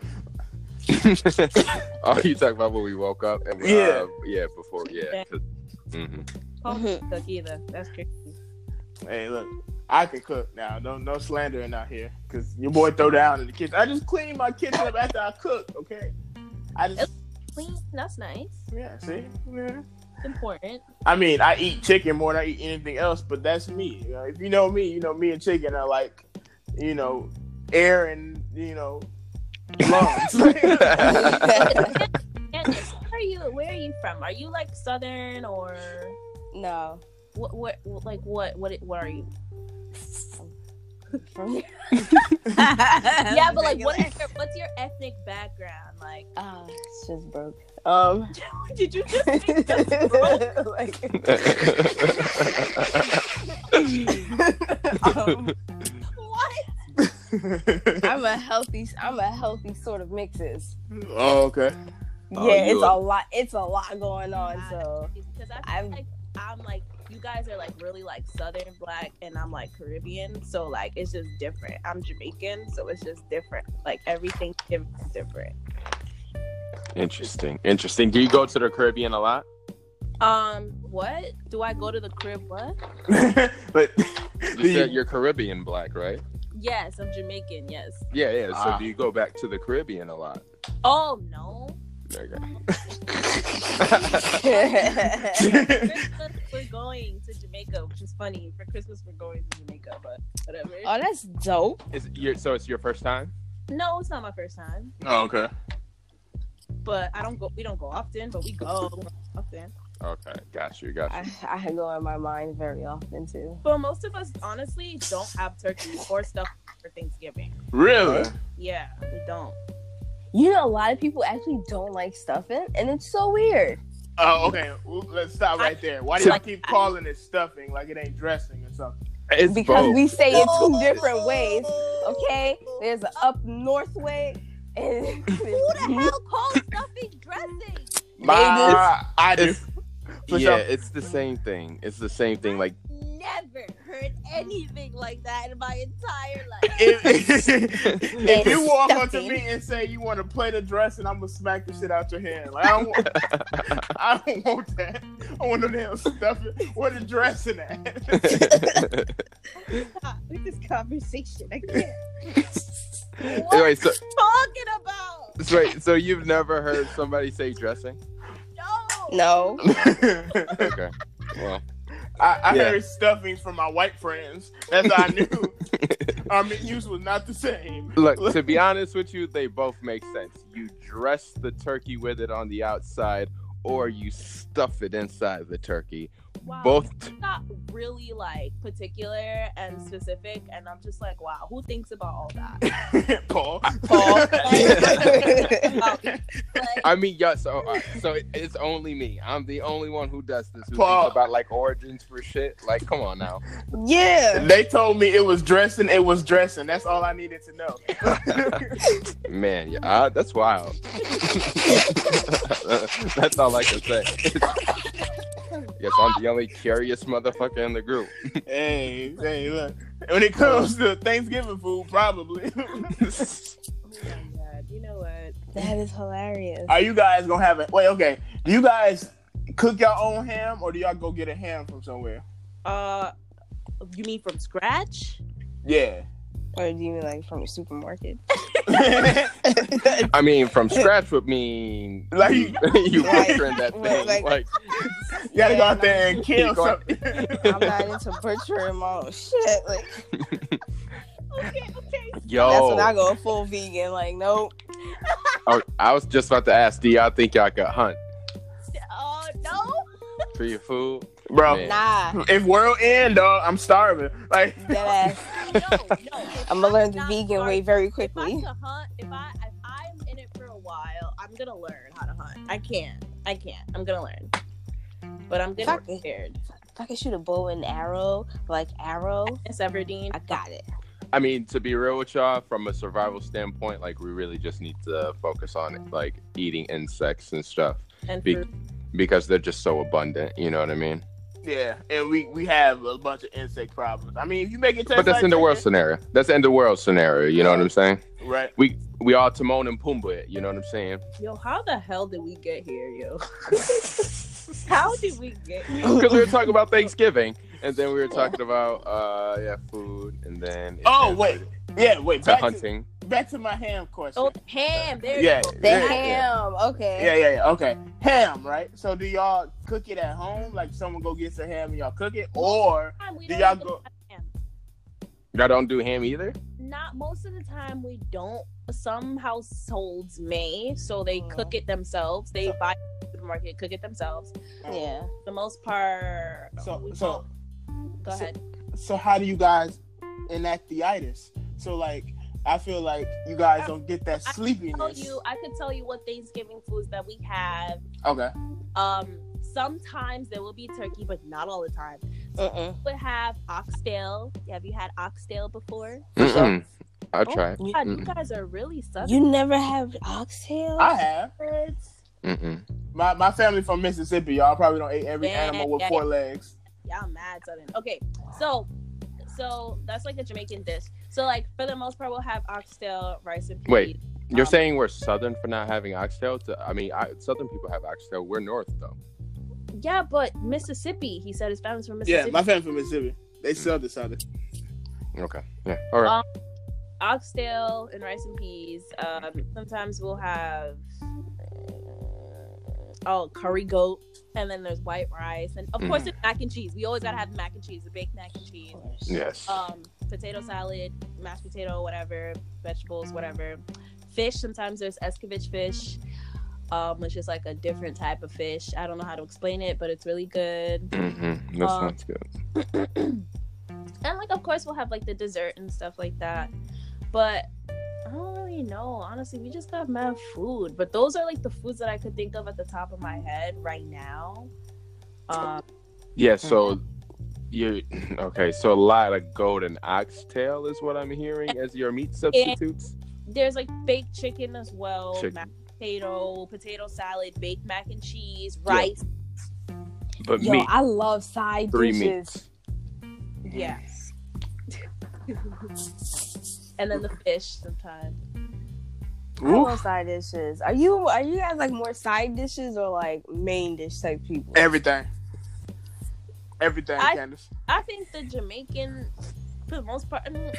C: oh, you talk about when we woke up and
E: Yeah.
C: uh, yeah, before yeah. 'cause- mhm.
D: Paul can't cook either. That's crazy.
E: Hey, look, I can cook now. No, no slandering out here, cause your boy throw down in the kitchen. I just clean my kitchen up after I cook. Okay, I just
D: Clean. That's nice.
E: yeah. See, yeah.
D: It's important.
E: I mean, I eat chicken more than I eat anything else, but that's me. You know, if you know me, you know me and chicken are like, you know, air and you know,
C: Mm-hmm.
E: lungs.
D: And where are you? Where are you from? Are you like Southern or
B: no.
D: what? What? Like what? What? What are you?
B: From
D: yeah,
B: yeah,
D: but like, what is your, what's your ethnic background? Like,
B: Ah, it's just broke. Um,
D: did you just make this broke?
B: like, um,
D: what?
B: I'm a healthy, I'm a healthy sort of mixes.
E: oh, okay.
C: Oh,
B: yeah,
C: you
B: it's
C: a-
B: a lot, it's a lot going on. So
D: Because I feel
B: I'm-
D: like I'm like you guys are like really like Southern black, and I'm like Caribbean, so like it's just different. I'm Jamaican, so it's just different. Like everything is different.
C: Interesting. Interesting. Do you go to the Caribbean a lot?
D: Um, what do I go to the crib? What?
E: but do
C: You
E: you-
C: said you're Caribbean black, right?
D: Yes, I'm Jamaican. Yes.
C: Yeah, yeah. So
E: Ah.
C: do you go back to the Caribbean a lot?
D: Oh no.
C: There you go.
D: Christmas, we're going to Jamaica, which is funny. For Christmas, we're going to Jamaica, but whatever.
B: oh, that's dope.
C: Is it your, so it's your first time?
D: no, it's not my first time,
E: oh, okay.
D: but I don't go. We don't go often, but we go often.
C: Okay, got you, got you.
B: I, I go in my mind very often too.
D: But most of us, honestly, don't have turkey or stuff for Thanksgiving.
E: Really?
D: Yeah, we don't.
B: You know, a lot of people actually don't like stuffing, and it's so weird.
E: Oh, okay. Well, let's stop right there. Why do you keep calling it stuffing like it ain't dressing or something?
C: It's
B: because
C: both.
B: we say it two different ways. Okay, there's an up north way, and
D: calls stuffing dressing?
E: My, I do.
C: It's-
E: For
C: yeah,
E: sure.
C: it's the same thing. It's the same thing. Like
D: Never heard anything like that in my entire life.
E: If, if you
B: It's
E: walk up to
B: stuffing.
E: me and say you want to play the dress, and I'm gonna smack the shit out your hand. Like I don't, want, I don't want that. I want no damn stuffing. Where the dressing at?
D: With this conversation, I can't. What are you
C: anyway, so,
D: talking about?
C: so wait, so you've never heard somebody say dressing?
D: No.
B: no,
E: I,
C: Okay. Well,
E: I
C: Yeah.
E: heard stuffing from my white friends. That's how I knew our menus was not the same.
C: look. To be honest with you, they both make sense. You dress the turkey with it on the outside, or you stuff it inside the turkey.
D: wow,
C: both
D: you got really like particular and specific, and I'm just like, wow, who thinks about all that?
E: Paul.
D: Paul, like, like,
C: I mean, yeah. So, uh, so it- it's only me. I'm the only one who does this. Who
E: Paul.
C: thinks about like origins for shit. Like, come on now.
B: Yeah.
E: They told me it was dressing. It was dressing. That's all I needed to know.
C: Man, yeah, uh, that's wild. that's all I can say. yes, I'm the only curious motherfucker in the group.
E: hey, hey, look. When it comes to Thanksgiving food, probably.
D: oh my God, you know what?
B: That is hilarious.
E: Are you guys gonna have it? Wait, okay. Do you guys cook your own ham, or do y'all go get a ham from somewhere?
D: Uh, you mean from scratch?
E: Yeah.
B: Or do you mean like from the supermarket?
C: I mean, from scratch would mean
E: Like-
C: you, you
B: Right.
C: butchering that thing.
B: Like-
C: Like,
E: You gotta go
B: Yeah,
E: out there and kill
C: You go-
E: something.
B: I'm not into butchering my own shit. Like
D: Okay, okay.
C: yo,
B: that's when I go full vegan. Like nope.
C: I, I was just about to ask, do y'all think y'all could hunt
D: Oh no.
C: for your food?
E: Bro,
C: Man.
B: Nah.
E: if world end, dog, I'm starving. Like,
B: Dead ass.
D: No, no.
B: I'm gonna learn the
D: Not
B: vegan
D: sorry.
B: way very
D: If I
B: quickly.
D: could hunt, if I if I'm in it for a while, I'm gonna learn how to hunt. I can't. I can't. I'm gonna learn. But I'm gonna
B: Fuck
D: be
B: it.
D: prepared.
B: If I can shoot a bow and arrow, like arrow,
D: Miss Everdeen.
B: I got it.
C: I mean, to be real with y'all, from a survival standpoint, like we really just need to focus on like eating insects and stuff
D: And
C: be-
D: fruit.
C: because they're just so abundant. You know what I mean?
E: yeah, and we we have a bunch of insect problems. I mean, if you make it, taste
C: But that's
E: like
C: in the world
E: chicken-
C: scenario. That's in the world scenario. You know what I'm saying?
E: right?
C: We we all Timon and Pumbaa. it, You know what I'm saying?
D: Yo, how the hell did we get here, yo? how did we get here?
C: Because we were talking about Thanksgiving, and then we were talking about uh yeah food, and then it
E: Oh
C: turned
E: wait, yeah, wait.
C: to
E: Back to,
C: hunting.
E: back to my ham question.
D: Oh, ham. There
E: yeah,
D: you go.
B: The
E: yeah,
B: ham. Okay.
E: yeah, yeah, yeah. Okay, ham, right? So, do y'all cook it at home? Like, someone go get some ham and y'all cook it, or
D: Time we
E: Do
D: don't
E: y'all
D: even
E: go-
D: have ham.
C: Y'all don't do ham either.
D: Not most of the time we don't. Some households may, so they
E: Uh-huh.
B: Mhm.
D: cook it themselves. They buy it from the supermarket, cook it themselves.
B: Yeah.
D: the most part.
E: So-
D: we
E: so-
D: don't- go
E: so-
D: ahead.
E: so how do you guys enact the itis? So like I feel like you guys don't get that
D: I can
E: sleepiness.
D: Tell you, I could tell you what Thanksgiving foods that we have.
E: Okay.
D: Um, sometimes there will be turkey, but not all the time.
B: Mm-mm.
D: We have oxtail. Have you had oxtail before?
C: Mm-mm. I'll
D: Oh,
C: try.
D: God, you
C: Mm-mm.
D: guys are really southern.
B: You never have oxtail?
E: I have.
C: Mm-mm.
E: My my family from Mississippi, y'all probably don't eat every
D: Yeah,
E: animal with
D: yeah,
E: four legs.
D: Y'all mad southern. Okay, so. So that's like a Jamaican dish. So like for the most part, we'll have oxtail, rice, and peas.
C: Wait, You're
D: Um,
C: saying we're southern for not having oxtail? To, I mean, I, southern people have oxtail. We're north though.
D: yeah, but Mississippi. He said his family's from
E: Yeah,
D: Mississippi.
E: my family from Mississippi. They sell this other.
C: Okay. Yeah. All right.
D: Um, oxtail and rice and peas. Um, sometimes we'll have uh, oh curry goat, and then there's white rice, and of course
C: Mhm.
D: there's mac and cheese. We always gotta have mac and cheese, the baked mac and cheese,
C: yes.
D: um, potato salad, mashed potato, whatever, vegetables, whatever. Fish. Sometimes there's escovitch fish. Um, which is like a different type of fish. I don't know how to explain it, but it's really good.
C: mm-hmm. That
D: um,
C: sounds good.
D: And like, of course, we'll have like the dessert and stuff like that. But I don't really know. Honestly, we just got mad food. But those are like the foods that I could think of at the top of my head right now. Um,
C: Yeah. So you okay? So a lot of golden oxtail is what I'm hearing as your meat substitutes.
D: there's like baked chicken as well,
C: Chicken.
D: mashed potato, potato salad, baked mac and cheese, rice.
C: But
B: Yo,
C: meat,
B: I love side
C: three
B: dishes.
C: meats.
D: Yes. and then the fish sometimes.
B: I love side dishes. Are you are you guys like more side dishes or like main dish type people?
E: Everything. Everything,
D: I-
E: Candace.
D: I think the Jamaican, for the most part, I, mean,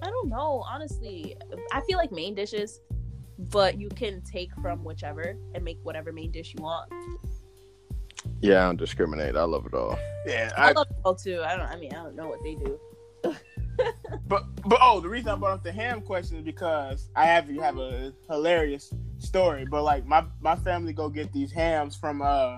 D: I don't know, honestly. I feel like main dishes, but you can take from whichever and make whatever main dish you want.
C: Yeah, I don't discriminate. I love it all.
E: Yeah.
D: I,
E: I,
D: love people too. I don't. I mean, I don't know what they do.
E: but but oh, the reason I brought up the ham question is because I have you have a hilarious story. But like my my family go get these hams from uh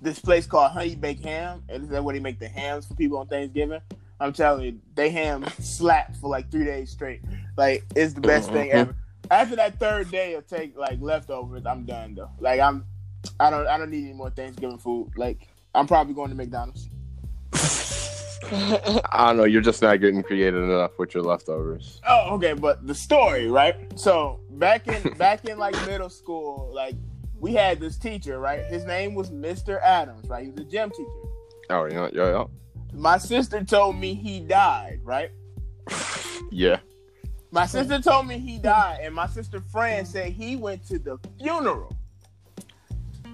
E: this place called Honey Baked Ham, and is that where they make the hams for people on Thanksgiving? I'm telling you, they ham slap for like three days straight. Like it's the best thing
C: Mhm.
E: ever. After that third day of take like leftovers, I'm done though. Like I'm, I don't, I don't need any more Thanksgiving food. Like I'm probably going to McDonald's.
C: I don't know. You're just not getting creative enough with your leftovers.
E: Oh, okay, but the story, right? So back in back in like middle school, like we had this teacher, right? His name was Mr. Adams, right? He was a gym teacher.
C: Oh, you know, yeah,
E: My sister told me he died, right?
C: yeah.
E: My sister Hmm. told me he died, and my sister Fran said he went to the funeral.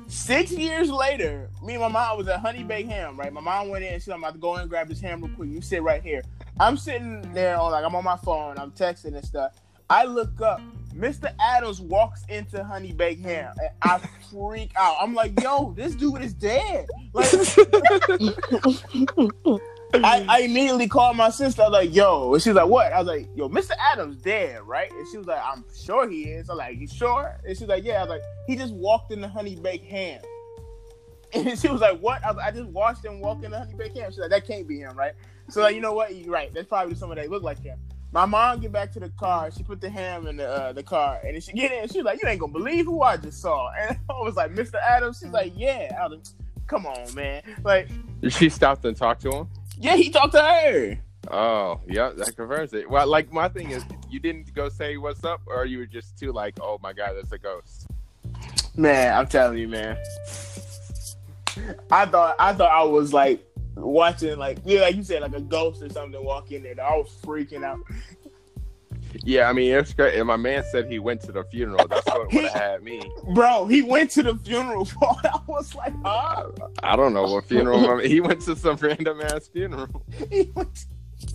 E: Six years later, me and my mom was at Honey Baked Ham, right? My mom went in and she said, I'm about to go in and grab this ham real quick. You sit right here. I'm sitting there on like I'm on my phone, I'm texting and stuff. I look up, Mr. Adams walks into Honey Baked Ham, and I freak out. I'm like, yo, this dude is dead. Like I, I immediately called my sister. I was like, yo. And she was like, what? I was like, yo, Mr. Adams dead, right? And she was like, I'm sure he is. I'm like, you sure? And she was like, yeah. I was like, he just walked in the honey baked ham. And she was like, what? I, was like, I just watched him walk in the honey baked ham. She's like, that can't be him, right? So, like, you know what? You're right. That's probably someone that looked like him. My mom get back to the car. She put the ham in the uh, the car, and then she get in. She was like, "You ain't gonna believe who I just saw." And I was like, "Mr. Adams." She's like, "Yeah." I was like, "Come on, man!" Like,
C: She stopped and talked to him.
E: yeah, he talked to her.
C: Oh, yeah, that confirms it. Well, like my thing is, you didn't go say what's up, or you were just too like, oh my god, that's a ghost.
E: Man, I'm telling you, man. I thought I thought I was like watching like yeah, like you said, like a ghost or something walk in there. I was freaking out.
C: Yeah, I mean, it's great. And my man said he went to the funeral. That's what would have had me.
E: Bro, he went to the funeral part. I was like, huh?
C: I don't know what funeral. I mean, he went to some random ass funeral.
E: He went to-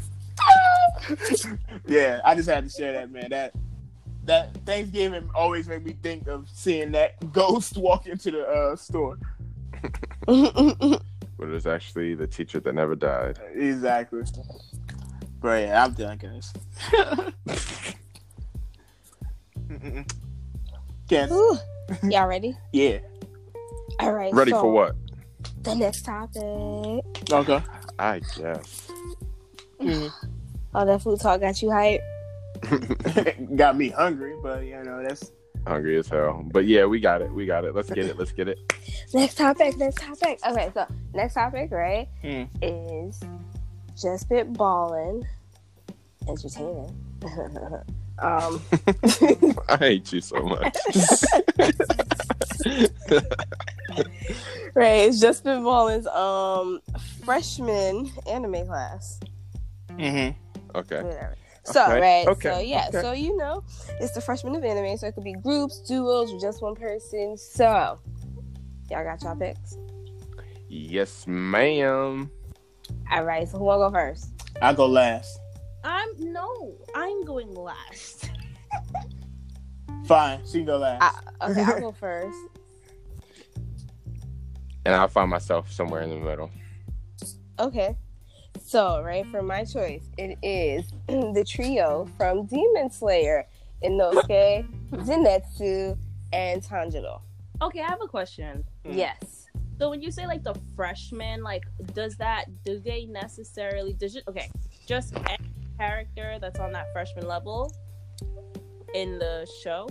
E: yeah, I just had to share that, man. That that Thanksgiving always made me think of seeing that ghost walk into the uh, store.
C: But it was actually the teacher that never died.
E: Exactly. Bro, yeah, I'm done, guys. Mm-mm. Can't
B: Ooh. Y'all ready?
E: Yeah.
B: All right.
C: Ready
B: so
C: for what?
B: The next topic.
E: Okay. Mm-hmm.
C: I guess.
B: Oh, that food talk got you hyped.
E: Got me hungry, but you know that's
C: Hungry as hell. But yeah, we got it. We got it. Let's get it. Let's get it.
B: Next topic. Next topic. Okay, so next topic, right,
C: Hmm.
E: Mm.
B: is just spitballing, entertaining. um,
C: I hate you so much.
B: right, it's just spitballing's um freshman anime class.
C: Okay.
B: Whatever. So
C: Okay,
B: right,
C: okay,
B: so yeah,
C: okay.
B: so you know, it's the freshman of anime, so it could be groups, duos, or just one person. So, y'all got y'all picks.
C: Yes, ma'am.
B: All right, so who wanna go first?
E: I go last.
D: I'm no, I'm going last.
E: Fine, she can go last.
B: I, okay, I'll go first.
C: And I find myself somewhere in the middle.
B: Okay. So, right, for my choice, it is the trio from Demon Slayer, Inosuke, Zenetsu, and Tanjiro.
D: Okay, I have a question.
C: Hmm.
E: Mm.
B: Yes.
D: So when you say like the freshmen, like does that do they necessarily does it okay, just any character that's on that freshman level in the show?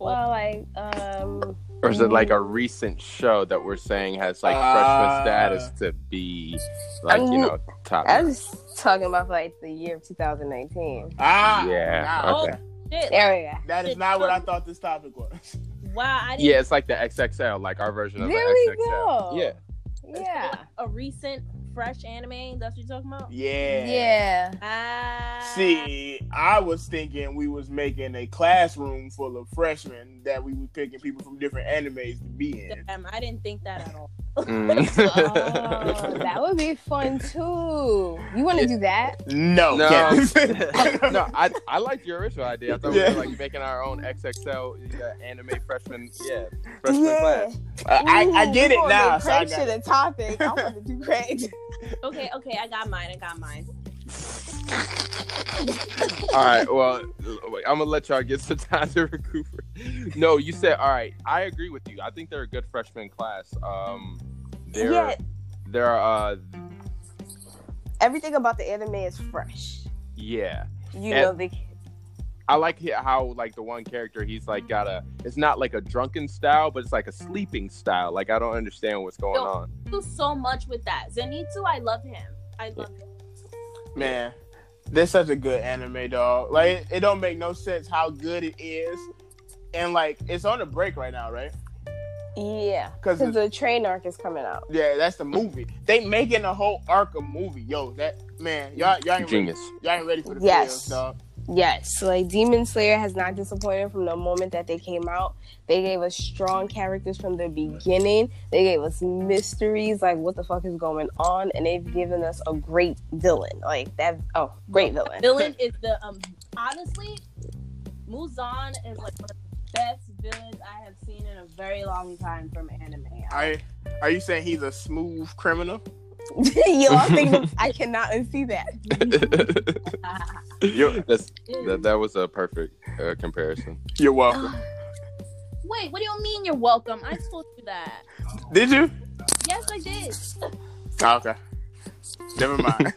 B: Well, like, um,
C: Or is it like a recent show that we're saying has like
E: Uh,
C: freshman status to be like, you
B: I'm-
C: know, top?
B: I was talking about like the year of 2019.
E: ah,
C: Yeah.
E: nah.
D: Oh,
C: Okay.
D: Shit, like,
B: There we go.
E: that is not what I thought this topic was.
D: wow, I didn't
C: Yeah, it's like the XXL, like our version of
B: There
C: the
B: we
C: XXL.
B: go.
C: Yeah.
B: Yeah.
D: a recent fresh anime, that's what you're talking about?
E: Yeah.
B: Yeah.
D: Ah
E: See, I was thinking we was making a classroom full of freshmen that we were picking people from different animes to be in.
D: damn, I didn't think that at all.
C: Mm.
B: Oh, that would be fun too. You want to do that?
E: No,
C: No.
E: Candace.
C: no, I I liked your original idea. I thought
E: Yeah.
C: we were like making our own XXL uh, anime freshman, yeah, freshman
B: Yeah.
C: class.
E: I, I get it now. So I
B: Craig
E: got
B: should
E: it.
B: have topic. I want to do Craig.
D: Okay, okay, I got mine, I got mine.
C: All right, well, wait, I'm gonna let y'all get some time to recuperate. No, you said all right. I agree with you. I think they're a good freshman class. Um, There,
B: Yeah.
C: there are. Uh,
B: Everything about the anime is fresh.
C: yeah,
B: You
C: And-
B: know the
C: I like he- how like the one character he's like got a. It's not like a drunken style, but it's like a sleeping style. Like I don't understand what's going
D: Yo.
C: on.
D: do so much with that. Zenitsu, I love him. I love him.
E: Man, this such a good anime, dog. Like it, it don't make no sense how good it is, and like it's on a break right now, right?
B: yeah,
E: Because
B: because the train arc is coming out.
E: yeah, that's the movie. They making a whole arc of movie, yo. That man, y'all y'all ain't ready,
C: Genius.
E: y'all ain't ready for the
B: Yes.
E: feels, dog.
B: Yes, like Demon Slayer has not disappointed from the moment that they came out. They gave us strong characters from the beginning. They gave us mysteries, like what the fuck is going on, and they've given us a great villain. Like that. Oh, great villain.
D: Villain is the um honestly, Muzan is like one of the best villains I have seen in a very long time from anime. I,
E: Are are you saying he's a smooth criminal?
B: Yo, I think I cannot unsee that.
C: Yo, that's, that, that was a perfect uh, comparison.
E: You're
D: Uh.
E: welcome.
D: Wait, what do you mean you're welcome? I told you that.
E: Did you? Ah,
D: Yes, I did.
E: Okay. Never mind.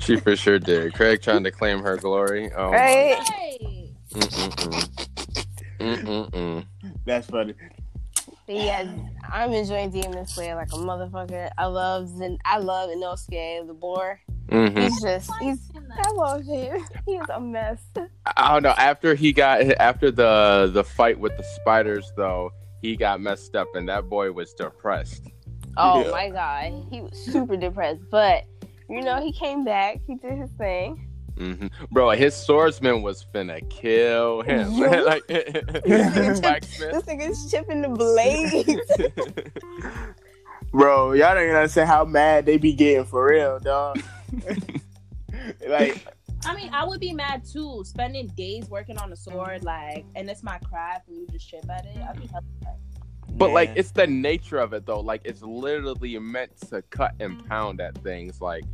C: She for sure did. Craig trying to claim her glory. Oh, my-
B: Right?
D: Hey.
C: Mm-mm-mm. Mm-mm-mm.
E: That's funny.
B: But yeah, I'm enjoying Demon Slayer like a motherfucker. I love Zen- I love Inosuke the boar.
C: Mm-hmm.
B: He's just he's. I love him. He's a mess.
C: I don't know. After he got after the the fight with the spiders, though, he got messed up, and that boy was depressed.
B: Oh
E: Yeah.
B: my god, he was super depressed, but you know he came back. He did his thing.
C: hmm Bro, his swordsman was finna kill him.
B: Yo.
C: like,
B: This
C: blacksmith.
B: nigga's chipping the blade.
E: Bro, y'all don't even understand how mad they be getting for real, dog. like,
D: I mean, I would be mad too, spending days working on a sword, like, and it's my craft, and you just chip at it. I'd be hella mad.
C: But like
E: Man.
C: it's the nature of it though. Like it's literally meant to cut and pound at things. Like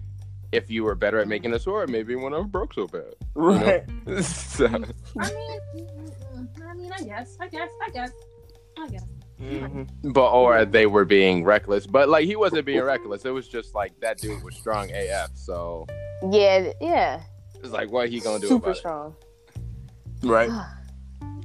C: if you were better at making a sword, maybe you wouldn't have broke so bad.
E: right?
C: so,
D: I mean, mm, I mean, I guess, I guess, I guess, I guess.
E: Mhm.
C: but or they were being reckless. But like he wasn't being reckless. It was just like that dude was strong AF. So
B: yeah, yeah,
C: it's like what he gonna do
B: super
C: about
B: strong.
E: Right.
C: it?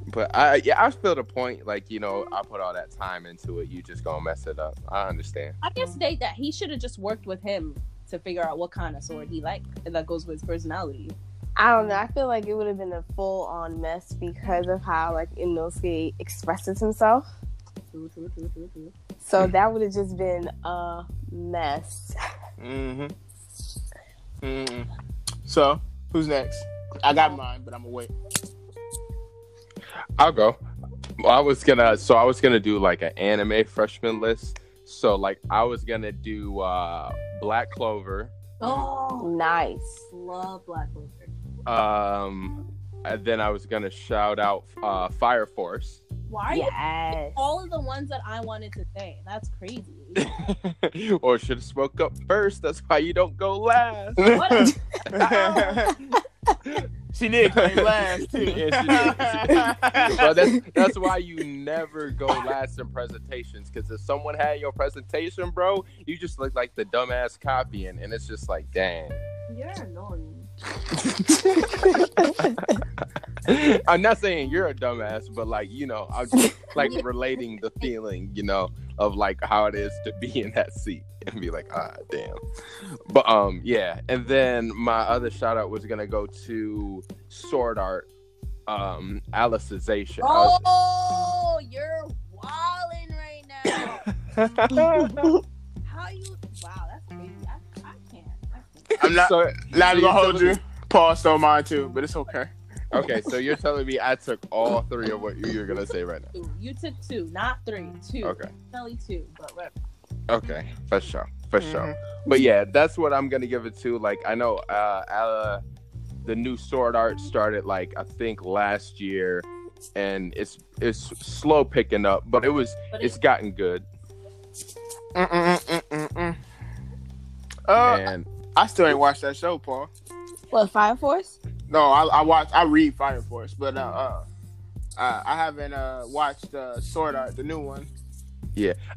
C: But I yeah, I feel the point. Like you know, I put all that time into it. You just gonna mess it up. I understand.
D: I guess they that he should have just worked with him to figure out what kind of sword he liked, and that goes with his personality.
B: I don't know. I feel like it would have been a full on mess because of how like Inosuke expresses himself.
D: True, true, true, true, true.
B: So that would have just been a mess.
E: Mhm. Mhm. So, who's next? I got mine, but I'm gonna wait.
C: I'll go. Well, I was gonna, so I was gonna do like an anime freshman list. So like I was gonna do uh Black Clover.
D: Oh,
B: Nice.
D: love Black Clover.
C: Um, and then I was gonna shout out uh Fire Force.
D: Why are you
B: Yes.
D: all of the ones that I wanted to say? That's crazy.
C: or should have spoke up first. That's why you don't go last.
D: What?
E: she did claim last too.
C: Yeah, But that's that's why you never go last in presentations. Because if someone had your presentation, bro, you just look like the dumbass copying, and it's just like, dang.
D: You're annoying.
C: I'm not saying you're a dumbass, but like you know, I'm just like relating the feeling, you know, of like how it is to be in that seat and be like, ah, damn. But um, yeah. And then my other shout out was gonna go to Sword Art, um, Alicization. I was-
D: Oh, you're walling right now. How you? Wow, that's crazy. I, I can't. I can't.
E: I'm not,
C: So- so
E: not gonna
C: you're
E: hold
C: telling
E: you.
C: me-
E: Paul's on mine too, but it's okay.
C: Okay, so you're telling me I took all three of what you were gonna say right now.
D: Two. You took two, not three. Two.
C: Okay.
D: Only two, but whatever.
C: Okay, for sure, for sure.
E: Mm-hmm.
C: But yeah, that's what I'm gonna give it to. Like I know, uh, uh, the new Sword Art started like I think last year, and it's it's slow picking up, but it was
D: But
C: it's
D: it's
C: gotten good.
E: Mm-mm-mm-mm-mm. Uh,
C: and
E: I still ain't watched that show, Paul.
B: What Fire Force?
E: No, I, I watch. I read Fire Force, but uh, uh, uh I haven't uh watched uh, Sword Art, the new one.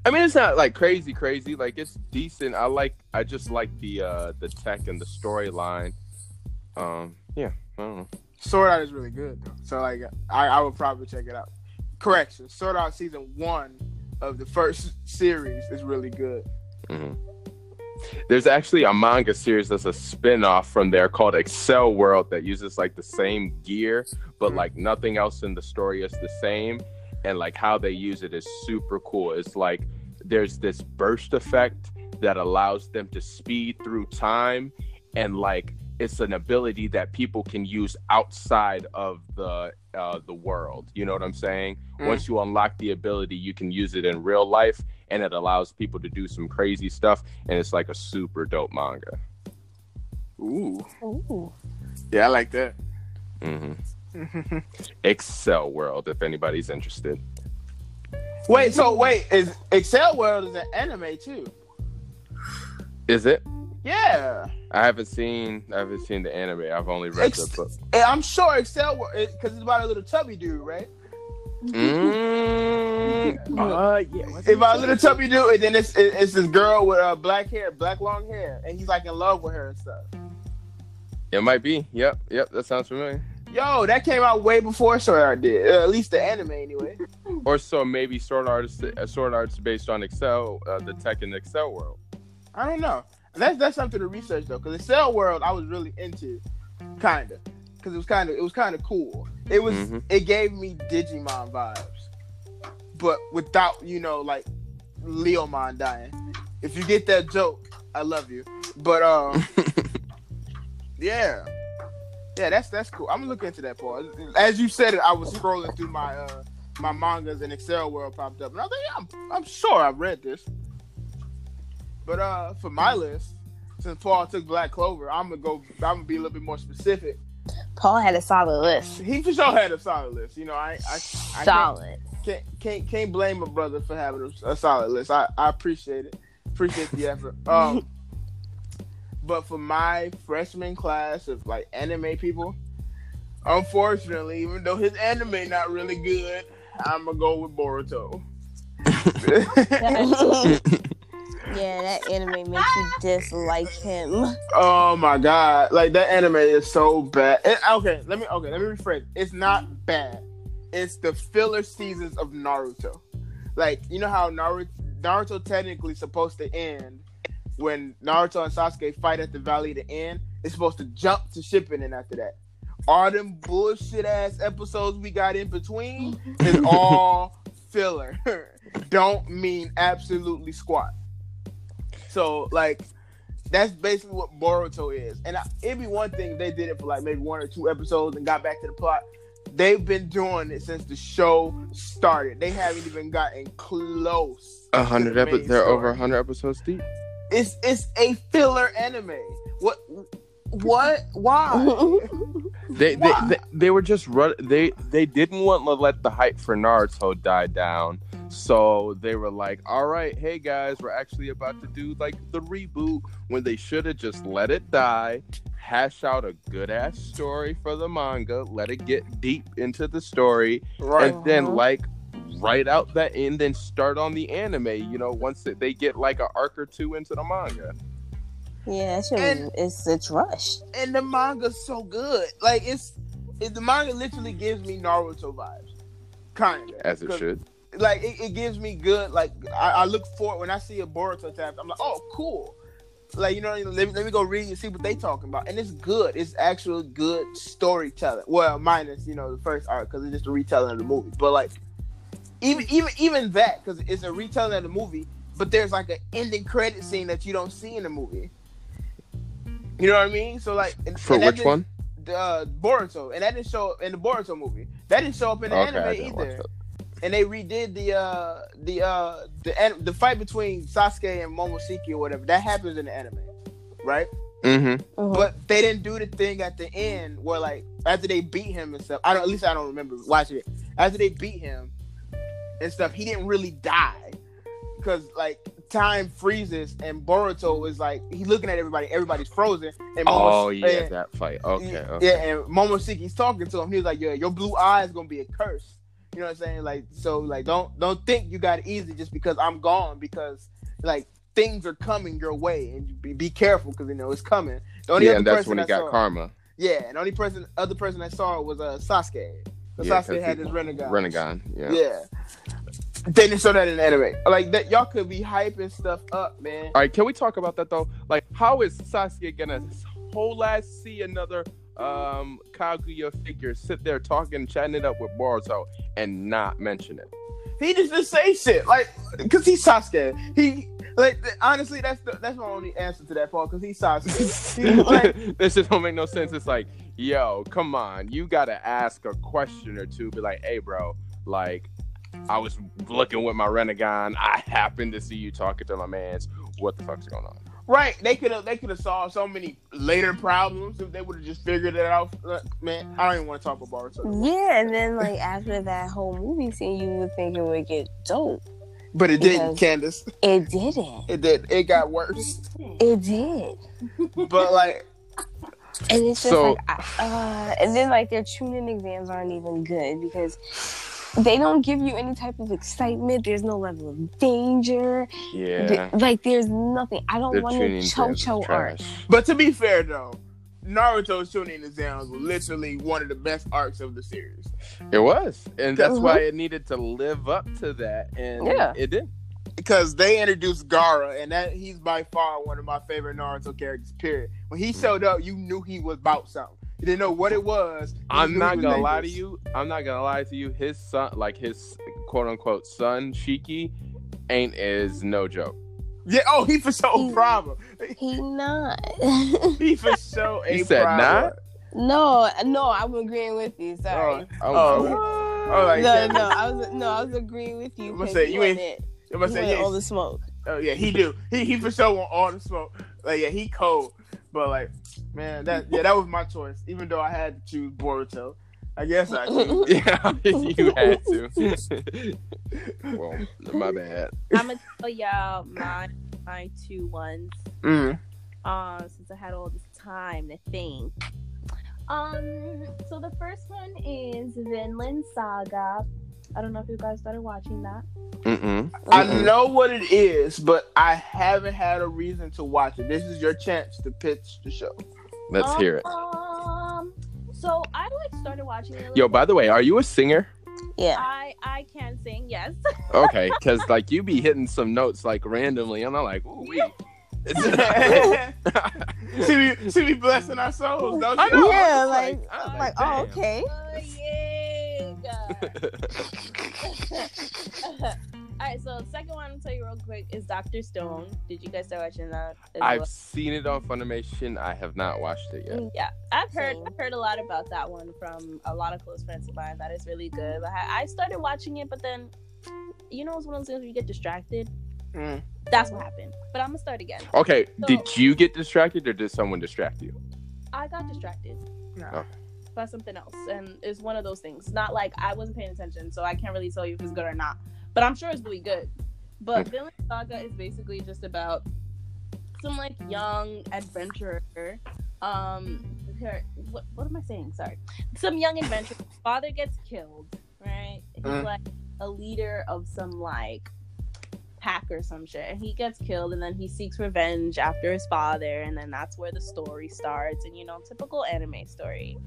C: I mean, it's not like crazy, crazy. Like it's decent. I like. I just like the uh the tech and the storyline. Um, yeah, I don't know.
E: Sword Art is really good though. So like I, I would probably check it out. Correction. Sword Art season one of the first series is really good.
C: There's actually a manga series that's a spin-off from there called Excel World that uses like the same gear, but
E: Mhm.
C: like nothing else in the story is the same. And like how they use it is super cool. It's like there's this burst effect that allows them to speed through time and like it's an ability that people can use outside of the uh, the world. You know what I'm saying?
E: Mm.
C: Once you unlock the ability, you can use it in real life and it allows people to do some crazy stuff and it's like a super dope manga
E: Ooh.
B: Ooh.
E: Yeah, I like that.
C: Mm-hmm. excel world if anybody's interested
E: wait, so wait, is Excel World is an anime too?
C: is it
E: Yeah.
C: i haven't seen i haven't seen the anime i've only read the
E: Ex-
C: book
E: And I'm sure Excel World because it's about a little chubby dude, right?
C: Mm, uh, yeah, what's
E: If I little chubby dude, and then it's it- it's this girl with uh, black hair, black long hair, and he's like in love with her and stuff.
C: it? it might be yep yep that sounds familiar
E: Yo, that came out way before Sword Art did. Uh, at least the anime, anyway.
C: or so maybe sword artist uh, sword arts based on excel uh, the tech and excel world
E: I don't know. That's that's something to research though, because the cell world I was really into, kinda, because it was kind of it was kind of cool. It was
C: Mhm.
E: it gave me Digimon vibes, but without you know like Leomon dying. If you get that joke, I love you. But um, yeah, yeah, that's that's cool. I'm gonna look into that part. As you said it, I was scrolling through my uh my mangas and Excel world popped up, and I was like, yeah, I'm I'm sure I've read this. But uh, for my list, since Paul took Black Clover, I'm gonna go. I'm gonna be a little bit more specific.
B: Paul had a solid list.
E: He for sure had a solid list. You know, I I, I can't,
B: solid.
E: can't, can't can't blame my brother for having a, a solid list. I, I appreciate it. Appreciate the effort. Um, but for my freshman class of like anime people, unfortunately, even though his anime not really good, I'm gonna go with Boruto.
B: yeah, that anime makes you dislike him.
E: Oh my god! Like that anime is so bad. It- okay, let me okay let me rephrase. It's not bad. It's the filler seasons of Naruto. Like you know how Naruto Naruto technically supposed to end when Naruto and Sasuke fight at the Valley to end. It's supposed to jump to Shippuden after that. All them bullshit ass episodes we got in between is all filler. Don't mean absolutely squat. So like that's basically what Boruto is. And I, it'd be one thing if they did it for like maybe one or two episodes and got back to the plot. They've been doing it since the show started. They haven't even gotten close.
C: a hundred
E: to the main
C: episodes they're
E: story.
C: over a hundred episodes deep
E: It's it's a filler anime. What what why?
C: They, they,
E: Why?
C: they they were just run. They they didn't want to let the hype for Naruto die down, so they were like, "All right, hey guys, we're actually about to do like the reboot when they should have just let it die, hash out a good ass story for the manga, let it get deep into the story,
E: Right.
C: and then
B: Uh-huh.
C: like write out that end and start on the anime. You know, once it, they get like an arc or two into the manga."
B: Yeah, that shit was,
E: And-
B: it's it's rush.
E: and the manga's so good. Like it's it, the manga literally gives me Naruto vibes. Kinda.
C: As it
E: 'Cause
C: should.
E: like it, it gives me good like I, I look forward when I see a Boruto tab. I'm like, oh cool. Like you know, let me, let me go read and see what they talking about, and it's good. It's actual good storytelling. Well, minus you know the first arc because it's just a retelling of the movie. But like even even even that because it's a retelling of the movie, but there's like an ending credit scene that you don't see in the movie. You know what I mean? So like and-
C: For
E: and that
C: which
E: didn't-
C: one?
E: The uh, Boruto, and that didn't show up in the Boruto movie. That didn't show up in the
C: Okay, I
E: anime
C: didn't watch
E: either
C: that.
E: and they redid the uh the uh the an- the fight between Sasuke and Momoshiki or whatever that happens in the anime, right?
C: Mm-hmm.
E: But they didn't do the thing at the end where like after they beat him and stuff. I don't at least I don't remember watching it. After they beat him and stuff, he didn't really die because like time freezes and Boruto is like he's looking at everybody. Everybody's frozen. And
C: Oh
E: Momosh-
C: yeah,
E: and-
C: that fight. Okay.
E: yeah,
C: okay.
E: yeah, and Momoseki's talking to him. He was like, "Yeah, your blue eye is gonna be a curse. You know what I'm saying? Like so like don't don't think you got it easy just because I'm gone because like things are coming your way and you be, be careful because you know it's coming. The only
C: Oh, yeah,
E: other
C: and that's
E: person
C: when he
E: I
C: got
E: saw-
C: karma.
E: Yeah, and the only person other person I saw was uh Sasuke. 'Cause
C: Yeah, 'cause
E: Sasuke had
C: he-
E: his renegade.
C: Renegon. Yeah.
E: Yeah. They didn't show that in the anime. Like that y'all could be hyping stuff up, man.
C: All right, can we talk about that though? Like, how is Sasuke gonna s- whole ass see another um Kaguya figure sit there talking, chatting it up with Boruto, and not mention it?
E: He just didn't say shit, like, cause he's Sasuke. He like th- honestly, that's the, that's my only answer to that, Paul, cause he's Sasuke. He, like,
C: this just don't make no sense. It's like, yo, come on, you gotta ask a question or two. Be like, hey, bro, like, I was looking with my Renegon. I happened to see you talking to my man's. What the fuck's going on?
E: right? They could have they could have solved so many later problems if they would have just figured it out. Like, man, I don't even want to talk about Boruto,
B: Yeah, and then like after that whole movie scene, you would think it would get dope.
E: but it didn't,
B: Yes.
E: Candace.
B: It didn't.
E: It did. It got worse.
B: It did.
E: but like,
B: And it's just
C: So-
B: like, I- uh, and then like their tuning exams aren't even good because they don't give you any type of excitement. There's no level of danger.
C: Yeah.
B: Th- like there's nothing. I
C: Their
B: don't want
C: tuning
B: to cho
C: exams
B: cho
C: is
B: art.
C: trash.
E: but to be fair though, Naruto's tuning exams were literally one of the best arcs of the series.
C: It was, and that's
B: Mhm.
E: Uh-huh.
C: why it needed to live up to that, and
B: Yeah.
C: it did.
E: because they introduced Gara, and that he's by far one of my favorite Naruto characters. Period. When he showed up, you knew he was about something. You didn't know what it was. you
C: I'm
E: knew he
C: not
E: was
C: gonna lie to
E: dangerous.
C: you. I'm not gonna lie to you. His son, like his quote unquote son, Shiki, ain't is no joke.
E: Yeah. Oh, he for sure a
B: He-
E: problem.
B: He not.
E: He for sure a
C: You said
E: problem.
B: no, no, I'm agreeing with you. Sorry.
E: Oh,
C: what?
E: All right.
B: no,
E: yeah.
B: no, I was no, I was agreeing with you.
E: I'm gonna
B: 'cause
E: say, you
B: want
E: ain't-
B: it.
E: I'm
B: You
E: gonna say
B: want
E: yes.
B: all the smoke.
E: Oh yeah, he do. He he for sure want all the smoke. Like yeah, he cold. But like, man, that yeah, that was my choice. Even though I had to choose Boruto, I guess I choose.
C: yeah, you had to. well, my bad.
D: I'm gonna tell y'all my my two ones.
E: Mhm.
D: Um, since I had all this time to think. Um, so the first one is Vinland Saga. I don't know if you guys started watching that.
C: Mm-mm.
E: I know what it is, but I haven't had a reason to watch it. This is your chance to pitch the show.
C: Let's
E: Oh.
D: um,
C: hear it.
D: Um, so I like started watching it.
C: Yo, by the way, are you a singer?
B: Yeah.
D: I I can sing, yes.
C: Okay, because like you be hitting some notes like randomly, and I'm like, ooh, wee.
E: she be she be blessing our souls, don't
C: I
E: she?
C: know.
B: Yeah,
C: I'm
B: like,
C: I'm
B: like,
C: damn.
B: oh, okay.
D: Oh, yeah. All right, so the second one I'll tell you real quick is Doctor Stone. Did you guys start watching that? as
C: I've seen it on Funimation. I have not watched it yet.
D: well? Mm, yeah, I've heard
B: Same.
D: I've heard a lot about that one from a lot of close friends of mine. That is really good. Like, I, I started watching it, but then you know it's one of those things where you get distracted.
E: Mm.
D: That's what happened. But I'm gonna start again.
C: Okay,
D: So-
C: did you get distracted or did someone distract you?
D: I got distracted.
E: Nah.
D: by something else. And it's one of those things. Not like I wasn't paying attention, so I can't really tell you if it's good or not. But I'm sure it's really good. But Villain Saga is basically just about some like young adventurer. Um, her, what, what am I saying? Sorry. Some young adventurer. father gets killed, right? He's
E: Mm.
D: like a leader of some like pack or some shit. And he gets killed and then he seeks revenge after his father and then that's where the story starts and you know, typical anime story.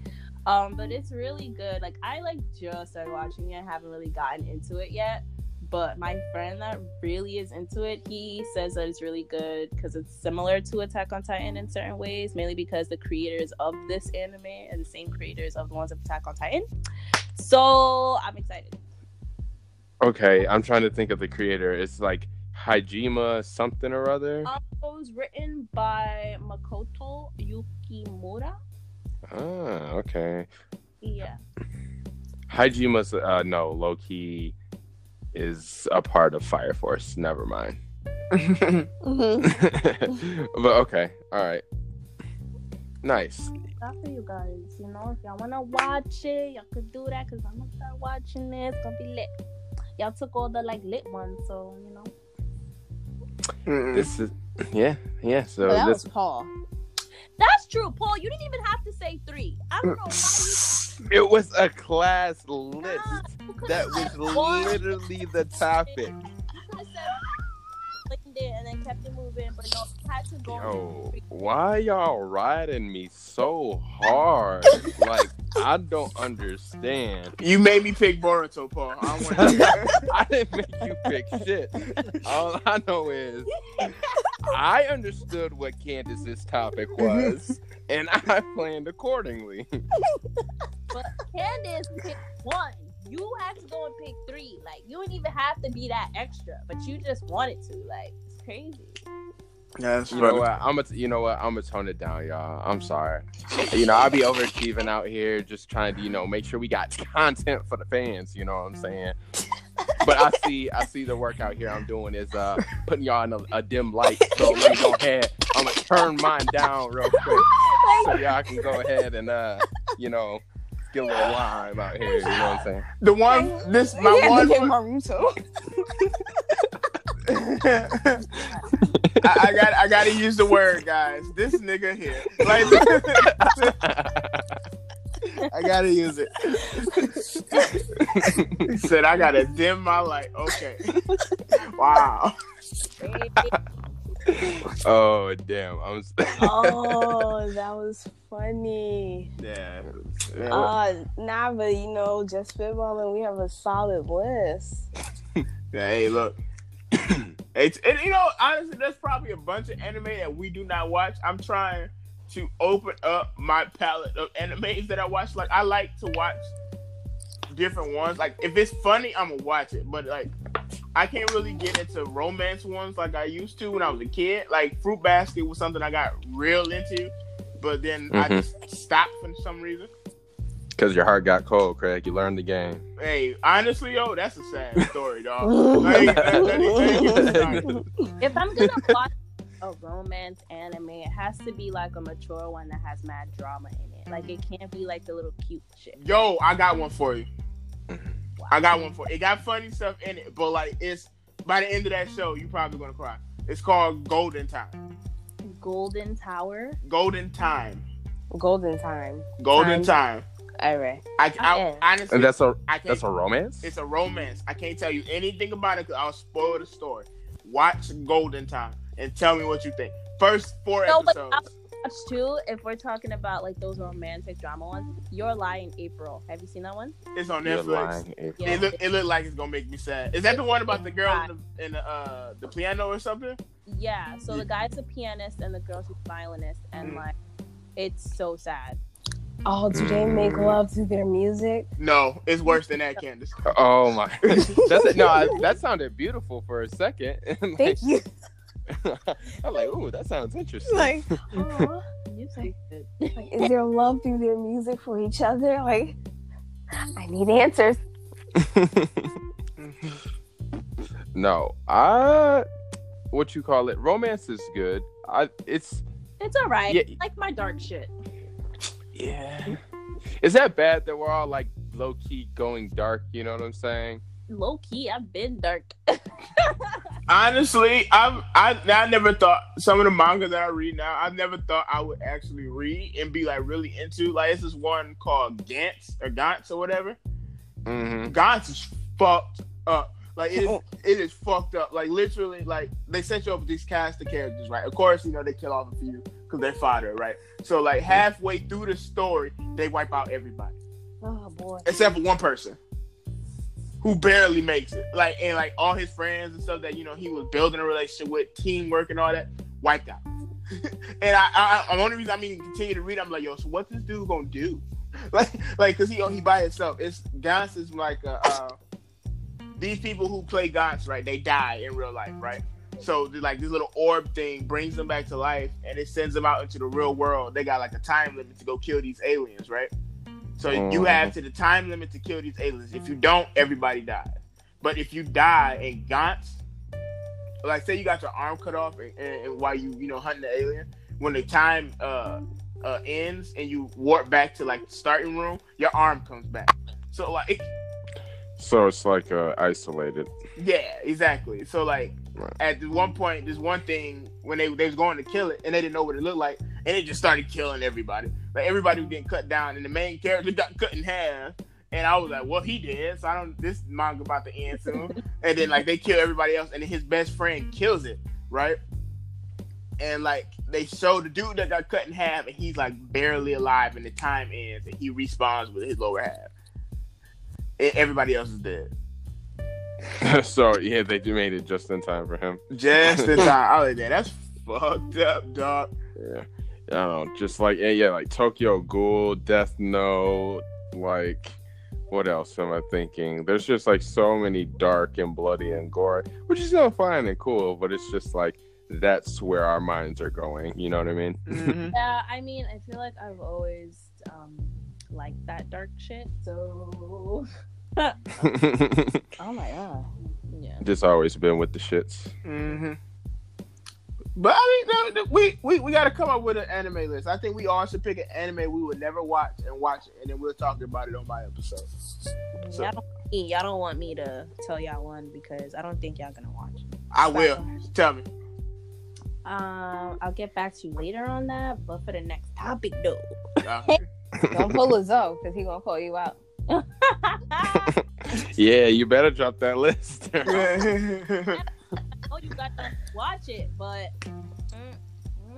D: Um, but it's really good. Like I like just started watching it, haven't really gotten into it yet. But my friend that really is into it, he says that it's really good because it's similar to Attack on Titan in certain ways, mainly because the creators of this anime are the same creators of the ones of Attack on Titan. So I'm excited.
C: Okay, I'm trying to think of the creator. It's like Hajima something or other.
D: Um, it was written by Makoto Yukimura.
C: Ah, okay.
D: Yeah.
C: Hajima's uh no, Loki is a part of Fire Force. Never mind.
B: Mhm.
C: but okay, all right. Nice.
D: Not for you guys, you know. If y'all wanna watch it, y'all could do that because I'm gonna start watching it. It's gonna be lit. Y'all took all the like lit ones, so you know.
E: Mm-mm.
C: This is yeah, yeah. So
B: But that
C: this
B: was Paul.
D: That's true, Paul. You didn't even have to say three. I don't know why
C: It was a class list.
D: you. you
C: That
D: could've
C: was
D: said one,
C: literally the topic.
D: You could have said landed and then kept it moving, but no, you had to go.
C: Yo, why y'all riding me so hard? Like, I don't understand.
E: You made me pick Boruto, Paul. I don't want to.
C: I didn't make you pick shit. All I know is I understood what Candace's topic was, and I planned accordingly.
D: But Candace picked one. You had to go and pick three. Like you didn't even have to be that extra, but you just wanted to. Like it's crazy.
E: That's
C: You know what? I'm a, you know what? I'm gonna tone it down, y'all. I'm sorry. You know, I'll be overachieving out here, just trying to, you know, make sure we got content for the fans. You know what I'm saying? But I see, I see the work out here I'm doing is uh putting y'all in a, a dim light. So let me go ahead. I'm gonna turn mine down real quick, so y'all can go ahead and uh, you know, get a little lime out here. You know what I'm saying?
E: The one, this my
B: yeah,
E: one.
B: look at Naruto.
E: I, I got, I gotta use the word, guys. This nigga here, like, I gotta use it. he said, "I gotta dim my light." Okay, wow.
C: Oh damn! I'm. s-
B: oh, that was funny.
E: Yeah.
B: Uh, nah, but you know, just spitballing, we have a solid list.
E: Yeah, hey, look. it's and you know, honestly, there's probably a bunch of anime that we do not watch. I'm trying to open up my palette of animes that I watch. Like I like to watch different ones. Like if it's funny, I'm gonna watch it. But like I can't really get into romance ones like I used to when I was a kid. Like Fruit Basket was something I got real into, but then I
C: Mhm.
E: just stopped for some reason.
C: Cause your heart got cold, Craig. You learned the game.
E: Hey, honestly, yo, that's a sad story, dog. Like, that- that ain't- that ain't sorry.
D: If I'm gonna watch a romance anime, it has to be like a mature one that has mad drama in it. Like it can't be like the little cute shit.
E: Yo, I got one for you.
D: Mm-hmm.
E: I got one for it. Got funny stuff in it, but like it's by the end of that show, you probably gonna cry. It's called Golden Time.
D: Golden Tower.
E: Golden Time.
B: Golden time.
E: Golden Time.
B: All right.
E: I, I
B: Okay.
E: honestly,
C: And that's a
E: I can't.
C: that's a romance.
E: it's a romance. I can't tell you anything about it because I'll spoil the story. Watch Golden Time and tell me what you think. First four
D: No, but
E: episodes.
D: I'll watch too. If we're talking about like those romantic drama ones, You're Lying April. Have you seen that one?
E: It's on
C: You're
E: Netflix.
C: lying, April.
D: Yeah.
E: It look it look like it's gonna make me sad. Is that the one about the girl in the, in the uh the piano or something?
D: Yeah. So
E: Yeah.
D: the guy's a pianist and the girl's a violinist, and
E: Mm.
D: like it's so sad.
B: Oh, do they make love to their music?
E: No, it's worse than that, Candace.
C: Oh my! That's it. No, I, that sounded beautiful for a second. And, like,
B: Thank you.
C: I'm like, ooh, that sounds interesting.
B: Like, aw.
D: You
B: say like, is there love through their music for each other? Like, I need answers.
C: no, I what you call it? Romance is good. I it's
D: It's alright.
C: Yeah.
D: Like my dark shit.
C: yeah. Is that bad that we're all like low key going dark? You know what I'm saying?
D: Low key, I've been dark.
E: Honestly, I've I, I never thought some of the manga that I read now. I never thought I would actually read and be like really into. Like this is one called Gantz or Gantz or whatever.
C: Mm-hmm.
E: Gantz is fucked up. Like it is, it is fucked up. Like literally, like they set you up with these cast of characters, right? Of course, you know they kill off a few because they're fodder, right? So like halfway through the story, they wipe out everybody
B: Oh boy.
E: except for one person who barely makes it. Like and like all his friends and stuff that you know he was building a relationship with, teamwork and all that, wiped out. and I, I, I, the only reason I'm even continue to read, I'm like, yo, so what's this dude gonna do? Like, like, cause he he by himself. It's Gantz is like a, uh, these people who play Gantz, right? They die in real life, right? So the- like this little orb thing brings them back to life, and it sends them out into the real world. They got like a time limit to go kill these aliens, right? So you
C: Mhm.
E: have to the time limit to kill these aliens. If you don't, everybody dies. But if you die in Gantz, like say you got your arm cut off, and, and, and while you you know hunting the alien, when the time uh, uh ends and you warp back to like the starting room, your arm comes back. So like it,
C: So it's like uh, isolated.
E: yeah, exactly. So like
C: Right.
E: at this one point, this one thing when they they was going to kill it and they didn't know what it looked like, and it just started killing everybody. Like everybody was getting cut down, and the main character got cut in half. And I was like, "Well, he did." So I don't. This manga about to end soon. and then like they kill everybody else, and then his best friend kills it, right? And like they show the dude that got cut in half, and he's like barely alive, and the time ends, and he respawns with his lower half. And everybody else is dead.
C: so yeah, they do made it just in time for him.
E: Just in time. I was like, "Damn, that's fucked up, dog.
C: Yeah, I don't know. Just like yeah, yeah, like Tokyo Ghoul, Death Note, like what else am I thinking? There's just like so many dark and bloody and gory, which is still fine and cool, but it's just like that's where our minds are going. You know what I mean?
D: Yeah, I mean, I feel like I've always um liked that dark shit. So, oh my god, yeah.
C: just always been with the shits.
E: Mm-hmm. But I mean, no, no, we we we got to come up with an anime list. I think we all should pick an anime we would never watch and watch it, and then we'll talk about it on my episode. So-
D: y'all, don't, y'all don't want me to tell y'all one because I don't think y'all gonna watch.
E: I will. Tell me.
D: Um, I'll get back to you later on that. But for the next topic, though.
E: Uh,
B: Don't pull us up because he gonna call you out.
C: Yeah, you better drop that list.
D: oh, you got to watch it, but. mm,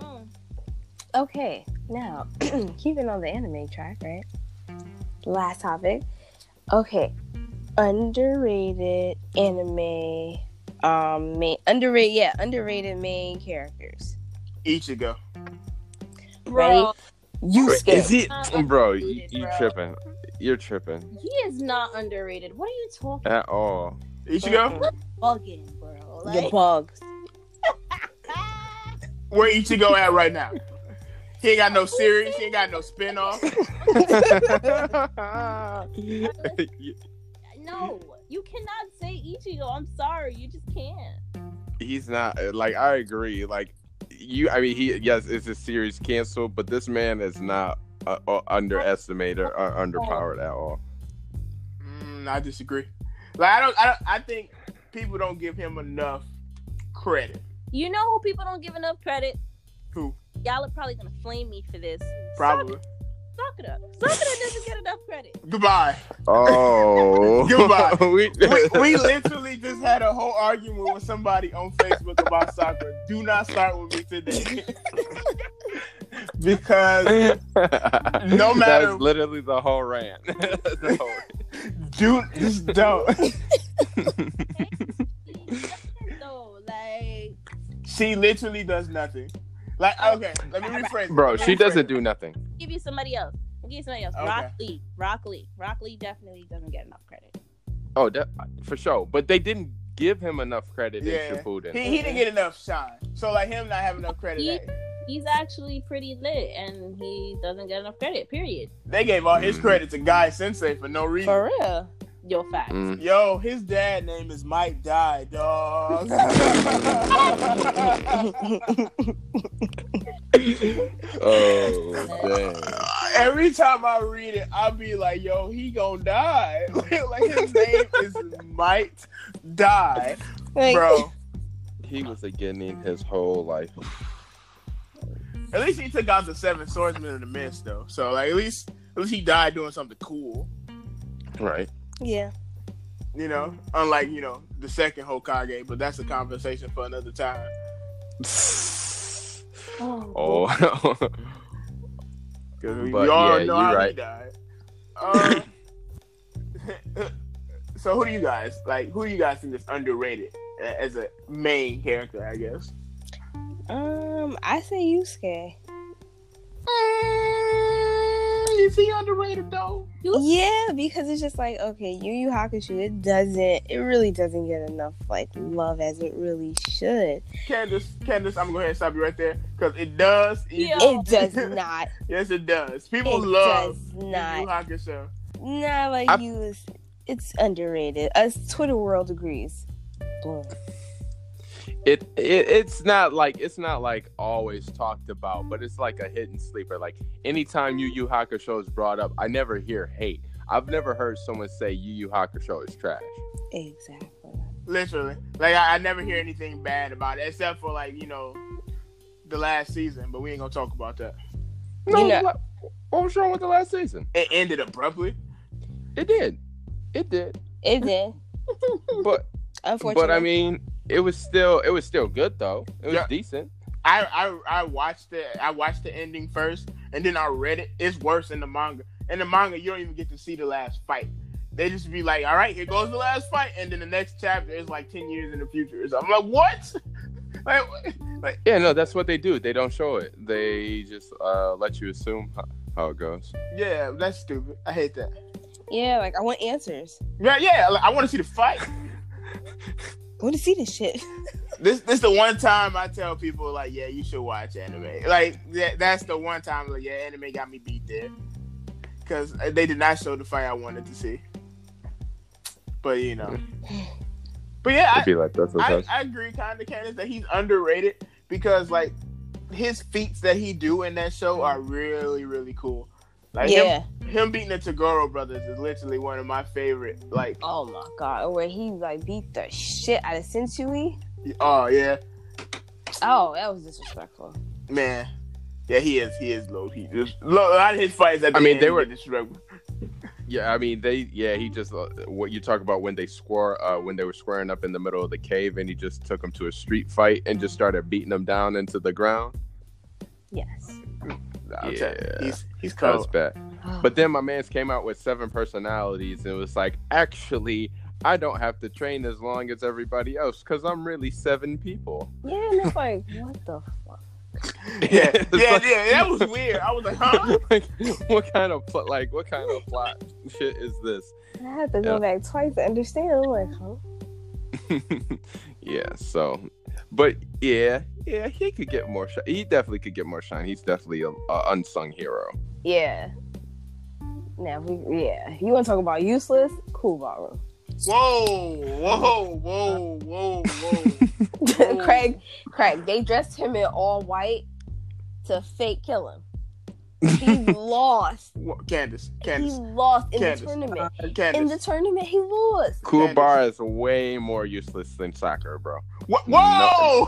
D: mm.
B: Okay, now keeping on the anime track, right? Last topic. Okay, underrated anime. Um, main underrated, yeah, underrated main characters.
E: Ichigo.
D: Bro,
B: You
C: Is
B: scared?
C: he,
D: Uh,
C: bro? You, you
D: bro.
C: tripping? You're tripping
D: he is not underrated. What are you talking
C: at all?
E: Ichigo.
D: about, bugging, bro?
B: The
D: Like,
B: bugs.
D: ah,
E: Where Ichigo at right now? He ain't got no series. He ain't got no spinoff.
D: no, you cannot say Ichigo. I'm sorry, you just can't.
C: He's not eh, like I agree. Like you, I mean, he yes, it's a series canceled, but this man
E: Mm-hmm.
C: is not uh, uh, underestimated or
E: Oh.
C: uh, underpowered at all.
E: Mm, I disagree. Like I don't, I don't. I think people don't give him enough credit.
D: You know who people don't give enough credit?
E: Who?
D: Y'all are probably gonna flame me for this.
E: Probably.
D: Sakura. Sakura doesn't get enough credit.
E: Goodbye.
C: Oh,
E: Goodbye.
C: we,
E: we, we literally just had a whole argument with somebody on Facebook about soccer. Do not start with me today. because No matter-
C: That's literally the whole rant. The whole-
E: do just don't.
D: so like
E: She literally does nothing. Like okay, let me rephrase. it.
C: Bro,
E: Let me
C: she
E: rephrase
C: doesn't
E: it.
C: do nothing.
D: give you somebody else. I'll give you somebody else.
E: Okay.
D: Rock Lee. Rock Lee. Rock Lee definitely doesn't get enough credit.
C: Oh, that, for sure. But they didn't give him enough credit
E: Yeah.
C: in Shippuden.
E: He, he didn't get enough shine. So like him not having enough credit.
D: He-
E: like,
D: He's actually pretty lit and he doesn't get enough credit, period.
E: they gave all his
C: Mhm.
E: credit to Guy Sensei for no reason.
B: For real.
D: Yo fact.
C: Mm.
E: Yo, his dad name is Mike Die, dog.
C: Oh,
E: Every time I read it, I'll be like, yo, he gonna die. like his name is Might Die.
B: Like,
E: Bro.
C: dang. He was a guinea his whole life.
E: At least he took out the seven swordsmen of the mist though. So like at least at least he died doing something cool.
C: Right.
B: Yeah.
E: You know? Unlike, you know, the second Hokage, but that's a conversation for another time.
C: Oh.
E: Because we,
C: But,
E: we all
C: yeah,
E: know
C: you
E: how he
C: right.
E: died. Um, so who do you guys like who do you guys think is underrated a- as a main character, I guess?
B: Um, I say Yusuke.
E: Is he underrated though?
B: Yeah, because it's just like okay, Yu Yu Hakusho. It doesn't. It really doesn't get enough like love as it really should.
E: Candace, Candace, I'm gonna go ahead and stop you right there because it does.
D: Yeah.
B: It does not.
E: yes, it does. People
B: it
E: Oh, love
B: does
E: Yu Yu
B: not.
E: Hakusho.
B: Nah, like
C: I-
B: you. is- It's underrated. Us Twitter world agrees. Boom.
C: It, it it's not like it's not like always talked about, but it's like a hidden sleeper. Like anytime Yu Yu Hakusho is brought up, I never hear hate. I've never heard someone say Yu Yu Hakusho is trash.
B: Exactly.
E: Literally, like I, I never hear anything bad about it except for like you know the last season, but we ain't gonna talk about that.
C: No,
B: You know-
C: what, what was wrong with the last season?
E: It ended abruptly.
C: It did, it did.
B: It did.
C: Hmm.
B: Hmm.
C: But
B: Unfortunately.
C: but I mean, it was still it was still good though. It was
E: Yeah.
C: decent.
E: I, I I watched the I watched the ending first, and then I read it. It's worse in the manga. In the manga, you don't even get to see the last fight. They just be like, "All right, here goes the last fight," and then the next chapter is like ten years in the future. So I'm like, "What?" like, like
C: Yeah, no, that's what they do. They don't show it. They just uh, let you assume how, how it goes.
E: yeah, that's stupid. I hate that.
B: yeah, like I want answers.
E: Yeah, yeah. Like, I want to see the fight.
B: I want to see this shit.
E: This this the one time I tell people like, yeah, you should watch anime. Like that, that's the one time like, yeah, anime got me beat there because they did not show the fight I wanted to see. But you know, but yeah, I,
C: It'd be like that
E: I,
C: sometimes.
E: I agree, kind of, Candace, that he's underrated because like his feats that he do in that show are really, really cool. Like him-
B: yeah.
E: him, beating the Tagoro brothers is literally one of my favorite. Like,
B: Oh my god. Where he like beat the shit out of Sensui.
E: oh yeah,
B: Oh, that was disrespectful.
E: man. Yeah, he is. He is low. He just low, a lot of his fights. At
C: I
E: the
C: mean,
E: end,
C: they
E: he
C: were-
E: get disrespectful.
C: yeah, I mean they. Yeah, he just uh, what you talk about when they square uh, when they were squaring up in the middle of the cave, and he just took them to a street fight and
E: Mm.
C: just started beating them down into the ground.
B: Yes.
E: I'll
C: yeah,
E: tell you. He's he's
C: that was
E: cold.
C: bad. But then my man's came out with seven personalities and was like, actually, I don't have to train as long as everybody else because I'm really seven people.
B: yeah, and it's like what the fuck.
E: Yeah,
C: It's
E: yeah,
C: like-
E: yeah. That was weird. I was like, huh?
C: like, what kind of pl- like what kind of plot shit is this?
B: I had to go
C: Yeah.
B: back twice to understand. I'm like, huh?
C: yeah, so, but yeah, yeah, he could get more shine. He definitely could get more shine. He's definitely a, a unsung hero.
B: Yeah. Now we yeah. You wanna talk about useless? Cool ballroom.
E: Whoa, whoa, whoa, whoa, whoa.
C: Mm.
E: Ooh.
B: Craig Craig, they dressed him in all white to fake kill him. He lost.
E: Wha- Candace,
B: He
E: Candace,
B: lost in
E: Candace.
B: the tournament. In the
E: Candace.
B: tournament, he lost.
C: Cool
E: That
C: Bar is way more useless than soccer, bro.
E: Wha- Whoa, whoa,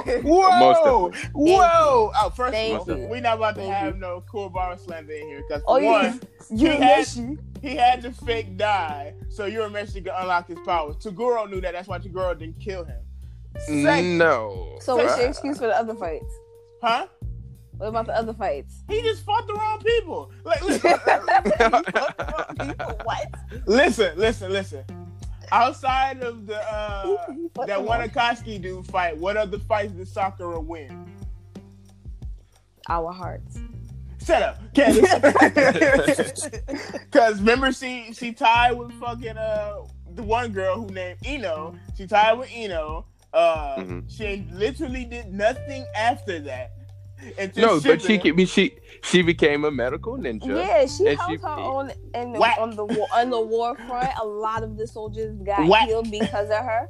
B: Thank
E: whoa, whoa. Oh, first
B: Thank
E: of all,
B: you.
E: we not about to
B: Thank
E: have no cool bar slander in here because
B: Oh,
E: for
B: you-
E: one,
B: You
E: He had-
B: yes, you.
E: he had to fake die so Urameshi could unlock his powers. Tagoro knew that. That's why Tagoro didn't kill him. Second,
C: No.
B: So what's your excuse for the other fights?
E: huh?
B: What about the other fights?
E: He just fought the wrong people. Like, listen, uh,
B: what?
E: listen, listen, listen. Outside of the uh, that one Akatsuki dude fight, what other fights did Sakura win?
B: Our hearts.
E: Shut up, Candace. Because remember, she she tied with fucking uh the one girl who named Eno. She tied with Eno. Uh,
C: Mhm.
E: she literally did nothing after that. Until
C: no, but she
E: Shippuden.
C: could be she she became a medical ninja.
B: Yeah, she
C: And
B: held
C: she-
B: her own in the,
E: Whack.
B: on the war, on the war front. A lot of the soldiers got
E: Whack.
B: killed because of her.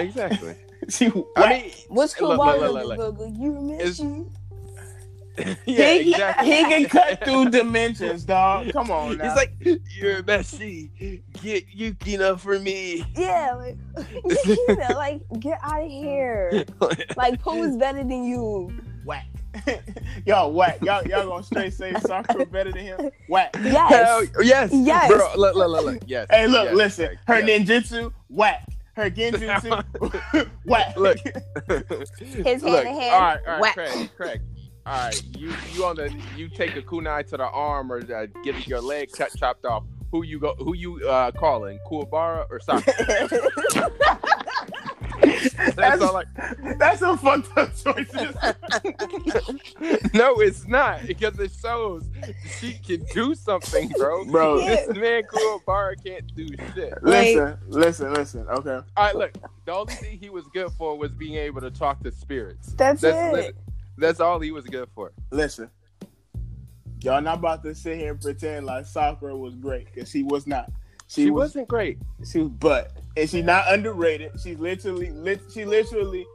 C: Exactly.
E: She
C: I
E: whack.
C: mean,
B: What's cool
C: Look,
B: about
C: look, look, look,
B: you miss
C: It's-
B: you?
C: yeah,
E: he,
C: exactly.
E: he can cut through dimensions, dog. Come on,
C: He's
E: now.
C: like, you're messy. Get Yukina for me.
B: Yeah, like Yukina, like get out of here. Like Pooh is better than you.
E: whack. y'all whack. Y'all y'all gonna straight say Sakura better than him? Whack.
B: Yes.
C: Hell, yes.
B: Yes.
C: Bro, look, look, look, look. Yes.
E: Hey, look,
C: yes,
E: listen.
C: yes,
E: Her
C: yes.
E: ninjutsu, whack. Her genjutsu, whack.
C: Look.
B: His hand
C: look,
B: in hand.
C: All right, all right,
B: whack.
C: Craig, Craig. All right, you you on the you take a kunai to the arm or uh, get your leg cut chopped off. Who you go? Who you uh, calling? Kuwabara or Saki? That's
E: That's-
C: all. I,
E: That's some fucked up choices.
C: no, it's not because it shows she can do something, bro.
E: Bro.
C: this man Kuwabara can't do shit.
E: listen, listen, listen. Okay.
C: All right, look. The only thing he was good for was being able to talk to spirits.
B: That's,
C: That's
B: it.
C: lit- That's all he was good for.
E: Listen. Y'all not about to sit here and pretend like Sakura was great, because she was not.
C: She,
E: She, was,
C: wasn't great.
E: she was butt. And she's not underrated. She's literally lit she literally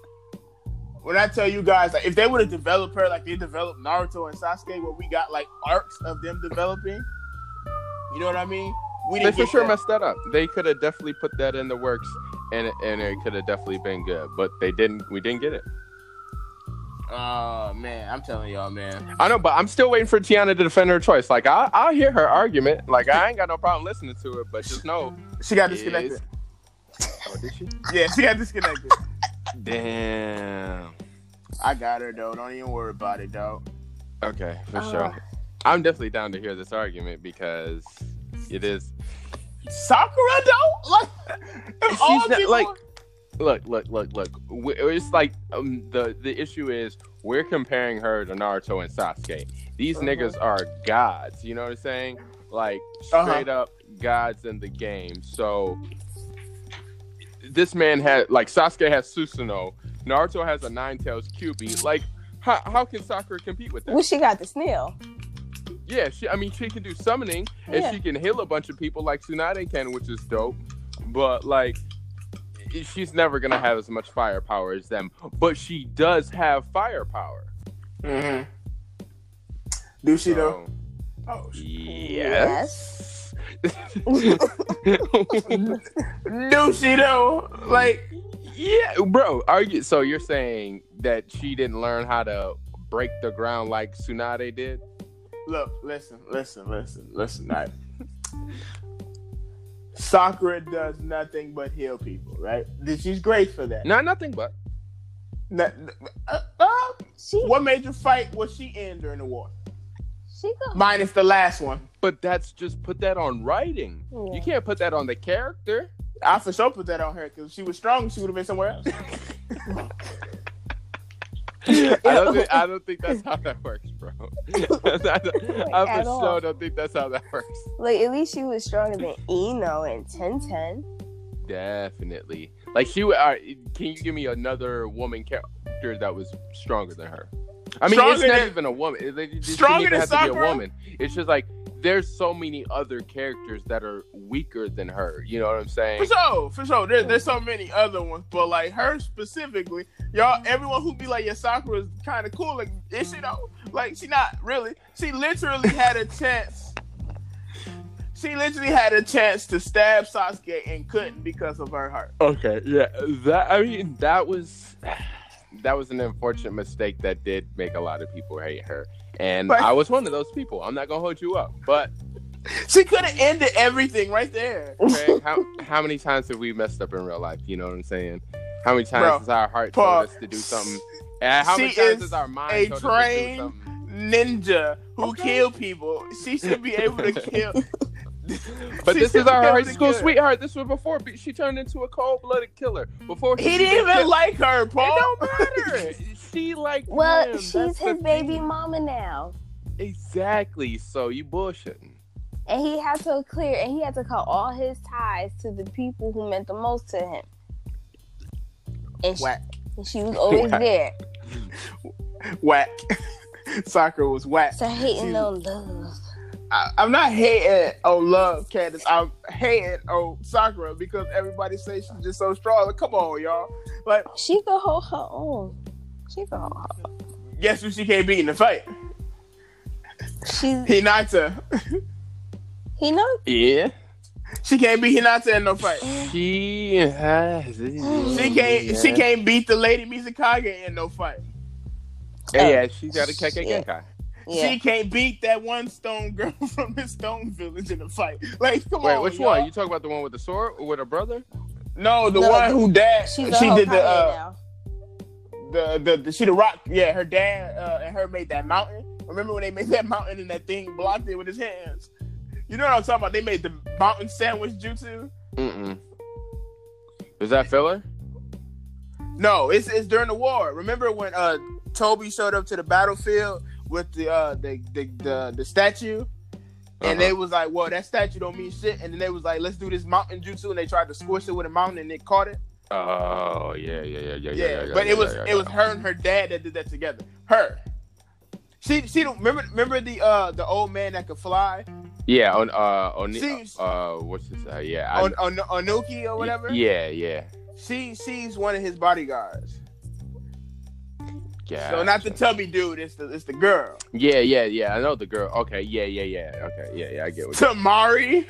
E: when I tell you guys, like if they would have developed her like they developed Naruto and Sasuke, where we got like arcs of them developing, you know what I mean? We
C: They
E: didn't
C: for
E: get
C: sure
E: that.
C: messed that up. They could have definitely put that in the works, and and it could have definitely been good. But they didn't. We didn't get it.
E: Oh man, I'm telling y'all, man.
C: I know, but I'm still waiting for Tiana to defend her choice. Like I, I hear her argument. Like I ain't got no problem listening to it, but just know.
E: She got
C: is-
E: disconnected.
C: Oh, did she?
E: Yeah, she got disconnected.
C: Damn.
E: I got her though. Don't even worry about it, though.
C: Okay, for
E: Oh.
B: Uh.
C: sure. I'm definitely down to hear this argument because it is.
E: Sakura though, like if
C: She's
E: all
C: not,
E: people-
C: like- Look, look, look, look. We- It's like um, the the issue is we're comparing her to Naruto and Sasuke. These
B: Mhm.
C: niggas are gods. You know what I'm saying? Like
E: Uh-huh.
C: straight up gods in the game. So this man had like Sasuke has Susanoo. Naruto has a Nine Tails QB. Like how, how can Sakura compete with that?
B: Well, she got the snail.
C: Yeah, she. I mean, she can do summoning and
B: Yeah.
C: she can heal a bunch of people like Tsunade can, which is dope. But like, i- she's never gonna have as much firepower as them. But she does have firepower.
E: Mhm. Do she though?
C: So,
E: Oh, sh-
C: yes.
E: do she though? Like
C: yeah, bro. Are you? So you're saying that she didn't learn how to break the ground like Tsunade did?
E: Look, listen, listen, listen, listen. All right. Sakura does nothing but heal people, right? Then She's great for that.
C: No, nothing but.
E: No- uh, uh,
B: She
E: what major fight was she in during the war?
B: she go.
E: Minus the last one.
C: But that's just put that on writing.
B: Yeah.
C: You can't put that on the character.
E: I for sure put that on her because she was strong. She would have been somewhere else.
C: I don't, think, I don't think that's how that works, bro. I, don't- I
B: At
C: for
B: all.
C: sure don't think that's how that works.
B: Like at least she was stronger than Eno and Ten Ten.
C: Definitely. Like she. would- Uh, can you give me another woman character that was stronger than her? I mean, it's
E: Stronger
C: not
E: than-
C: even a woman. It, it, it
E: Stronger
C: doesn't even
E: than
C: have to be a
E: Sakura?
C: woman. It's just like there's so many other characters that are weaker than her. You know what I'm
E: For
C: saying?
E: sure, for sure. There, there's so many other ones, but like her specifically, y'all, everyone who be like, "Yeah, Sakura is kind of cool," like is she though? Like she not really. She literally had a chance. She literally had a chance to stab Sasuke and couldn't because of her heart.
C: Okay. Yeah. That. I mean, that was. That was an unfortunate mistake that did make a lot of people hate her. And
E: Right.
C: I was one of those people. I'm not gonna hold you up, but
E: She could have ended everything right there.
C: Craig, how, how many times have we messed up in real life? You know what I'm saying? How many times
E: Bro,
C: has our heart
E: Paul,
C: told us to do something? And how many
E: she
C: times
E: is
C: has our mind
E: a
C: told
E: trained-
C: us to do something?
E: Ninja who kill people. She should be able to kill.
C: But
E: She
C: this
E: should
C: is our
E: be able
C: high
E: to
C: school
E: kill.
C: sweetheart. This was before be- she turned into a cold-blooded killer. Before
E: He didn't even
C: like
E: like her, Paul.
C: her. She liked
B: Well,
C: him.
B: she's
C: That's the
B: his baby
C: thing.
B: mama now,
C: Exactly. So you bullshitting.
B: and he had to clear and he had to cut all his ties to the people who meant the most to him. And she,
E: Whack.
B: and she was always
C: Whack.
B: there
E: whack. Soccer was whack.
B: to hating
E: She-
B: on love.
E: I, I'm not hating on love, Candace. I'm hating on Sakura because everybody says she's just so strong. Like, come on, y'all. Like,
B: She could hold her own. She could hold her. own.
E: guess who she can't beat in the fight?
B: She's
E: Hinata.
B: he knows.
C: Yeah.
E: She can't beat Hinata in no fight.
C: She has.
E: She can't. She can't beat the Lady Mizukage in no fight.
C: Yeah, she's got a
B: Yeah.
C: KKK.
B: Yeah.
E: She can't beat that one stone girl from the Stone Village in the fight. Like, come
C: Wait,
E: on.
C: which
E: y'all.
C: one? You talk about the one with the sword or with her brother?
E: No, the
B: No,
E: one
B: the-
E: who dad. She
B: She's a Hokage
E: did the uh,
B: now.
E: the, the the she the rock. Yeah, her dad uh, and her made that mountain. Remember when they made that mountain and that thing blocked it with his hands? You know what I'm talking about? They made the mountain sandwich jutsu.
C: Mm-mm. Is that filler?
E: No, it's it's during the war. Remember when uh Toby showed up to the battlefield with the uh the the the, the statue? And they was like, "Well, that statue don't mean shit." And then they was like, "Let's do this mountain jutsu," and they tried to squish it with a mountain, and it caught it.
C: Oh yeah, yeah, yeah, yeah, yeah.
E: Yeah,
C: yeah,
E: but
C: yeah,
E: it was
C: yeah,
E: it was her and her dad that did that together. Her. She she don't remember remember the uh the old man that could fly
C: Yeah, on uh on
E: She's-
C: uh what's this? Uh, yeah, I-
E: on on Onuki or whatever.
C: Yeah, yeah,
E: She she's one of his bodyguards.
C: yeah.
E: So not the tubby dude. It's the it's the girl.
C: yeah, yeah, yeah. I know the girl. Okay, yeah, yeah, yeah. Okay, yeah, yeah. I get what. you
E: Tamari.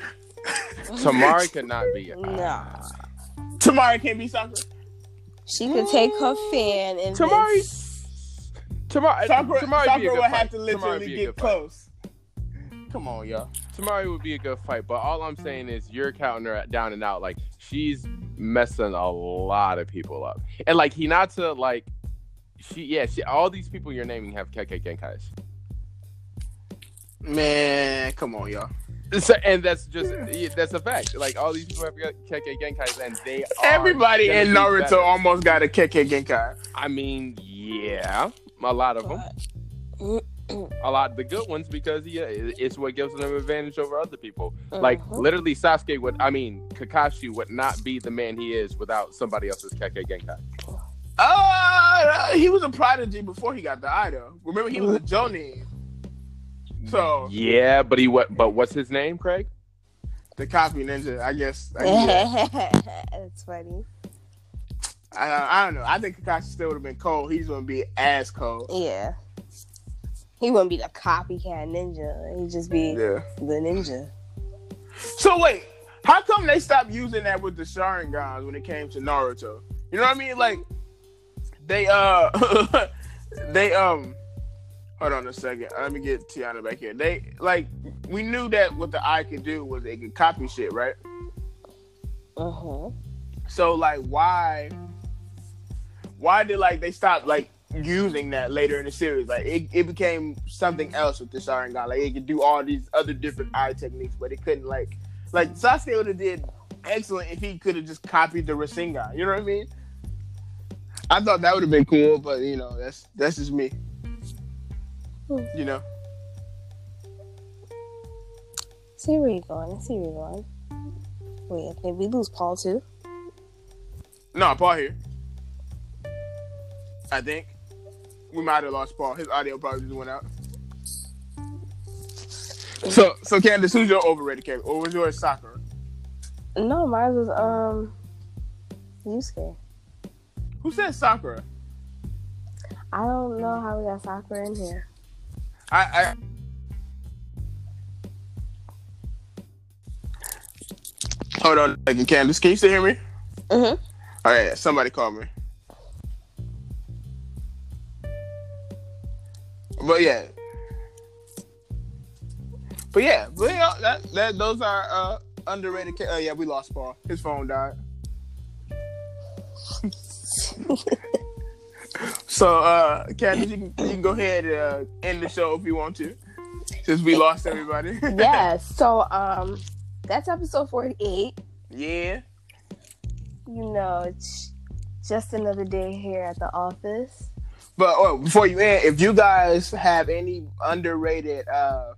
C: Tamari could not be.
B: Nah.
E: Tamari can't be soccer. Mm,
B: She could take her fan and
C: Tamari.
B: then-
C: Tomorrow,
E: Sakura,
C: tomorrow would be a good
E: Sakura would
C: fight.
E: have to
C: Tomorrow would
E: literally
C: be a
E: get
C: good fight.
E: close. Come on, y'all.
C: Tamari would be a good fight, but all I'm saying is you're counting her down and out. Like she's messing a lot of people up, and like Hinata, like she, yeah, she, all these people you're naming have KK Genkais,
E: Man, come on, y'all.
C: so, and that's just yeah, that's a fact. Like all these people have KK Genkais, and they are
E: Everybody
C: gonna
E: in
C: be
E: Naruto
C: better.
E: almost got a Keke Genkai.
C: I mean, yeah, a lot of them. A lot of the good ones because yeah, it- it's what gives them advantage over other people. Like
B: Mhm.
C: literally, Sasuke would. I mean, Kakashi would not be the man he is without somebody else's Kekkei Genkai.
E: Uh, he was a prodigy before he got the idol. Remember, he was a Jonin. So
C: Yeah, but he what? But what's his name, Craig?
E: the copy ninja, I guess. uh, I,
B: Uh-huh. That's funny.
E: I, I don't know. I think Kakashi still would have been cold. He's gonna be ass cold.
B: Yeah. He wouldn't be the copycat ninja. He'd just be
E: Yeah.
B: the ninja.
E: So wait, how come they stopped using that with the Sharingans when it came to Naruto? You know what I mean? Like they uh they um hold on a second. Let me get Tiana back here. They like we knew that what the eye could do was it could copy shit, right?
B: Uh-huh.
E: So like why why did like they stop like using that later in the series? Like it, it became something else with the Sharingan. Like it could do all these other different eye techniques, but it couldn't like like Sasuke would have did excellent if he could have just copied the Rasengan. You know what I mean? I thought that would have been cool, but you know, that's that's just me. You know.
B: See where you're going. I see where you're going. Wait, did we lose Paul too?
E: No, Paul here. I think. We might have lost Paul. His audio probably just went out. So, so Candace, who's your overrated character? Or was yours soccer?
B: No, mine was um Yusuke.
E: Who said soccer?
B: I don't know how we got soccer in here.
E: I, I. Hold on a second, Candace. Can you still hear me?
B: Mhm.
E: All right, somebody call me. But yeah. But yeah, but yeah, that, that those are uh, underrated. Ca- oh yeah, we lost Paul. His phone died. so, uh, Candace, you can, you can go ahead and uh, end the show if you want to, since we lost everybody.
B: yeah, so um that's episode 48.
E: yeah.
B: You know, it's just another day here at the office.
E: But oh, before you end, if you guys have any underrated uh,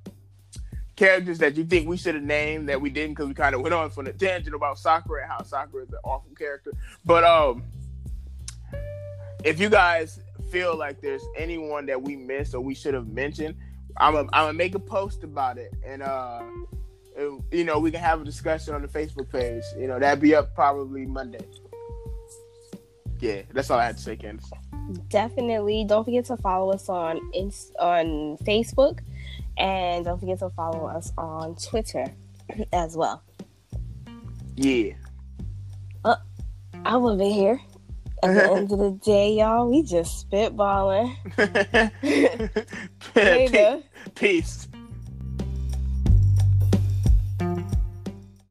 E: characters that you think we should have named that we didn't because we kind of went on for the tangent about Sakura and how Sakura is an awful character. But um, if you guys feel like there's anyone that we missed or we should have mentioned, I'm going gonna make a post about it and uh, it- you know we can have a discussion on the Facebook page. You know that'd be up probably Monday. Yeah, that's all I had to say, Candace.
B: Definitely don't forget to follow us on Inst- on Facebook and don't forget to follow us on Twitter as well.
E: Yeah.
B: I'm over here. At the end of the day, y'all, we just spitballing.
E: Pe-
B: Hey,
E: pe-
B: there.
E: Peace.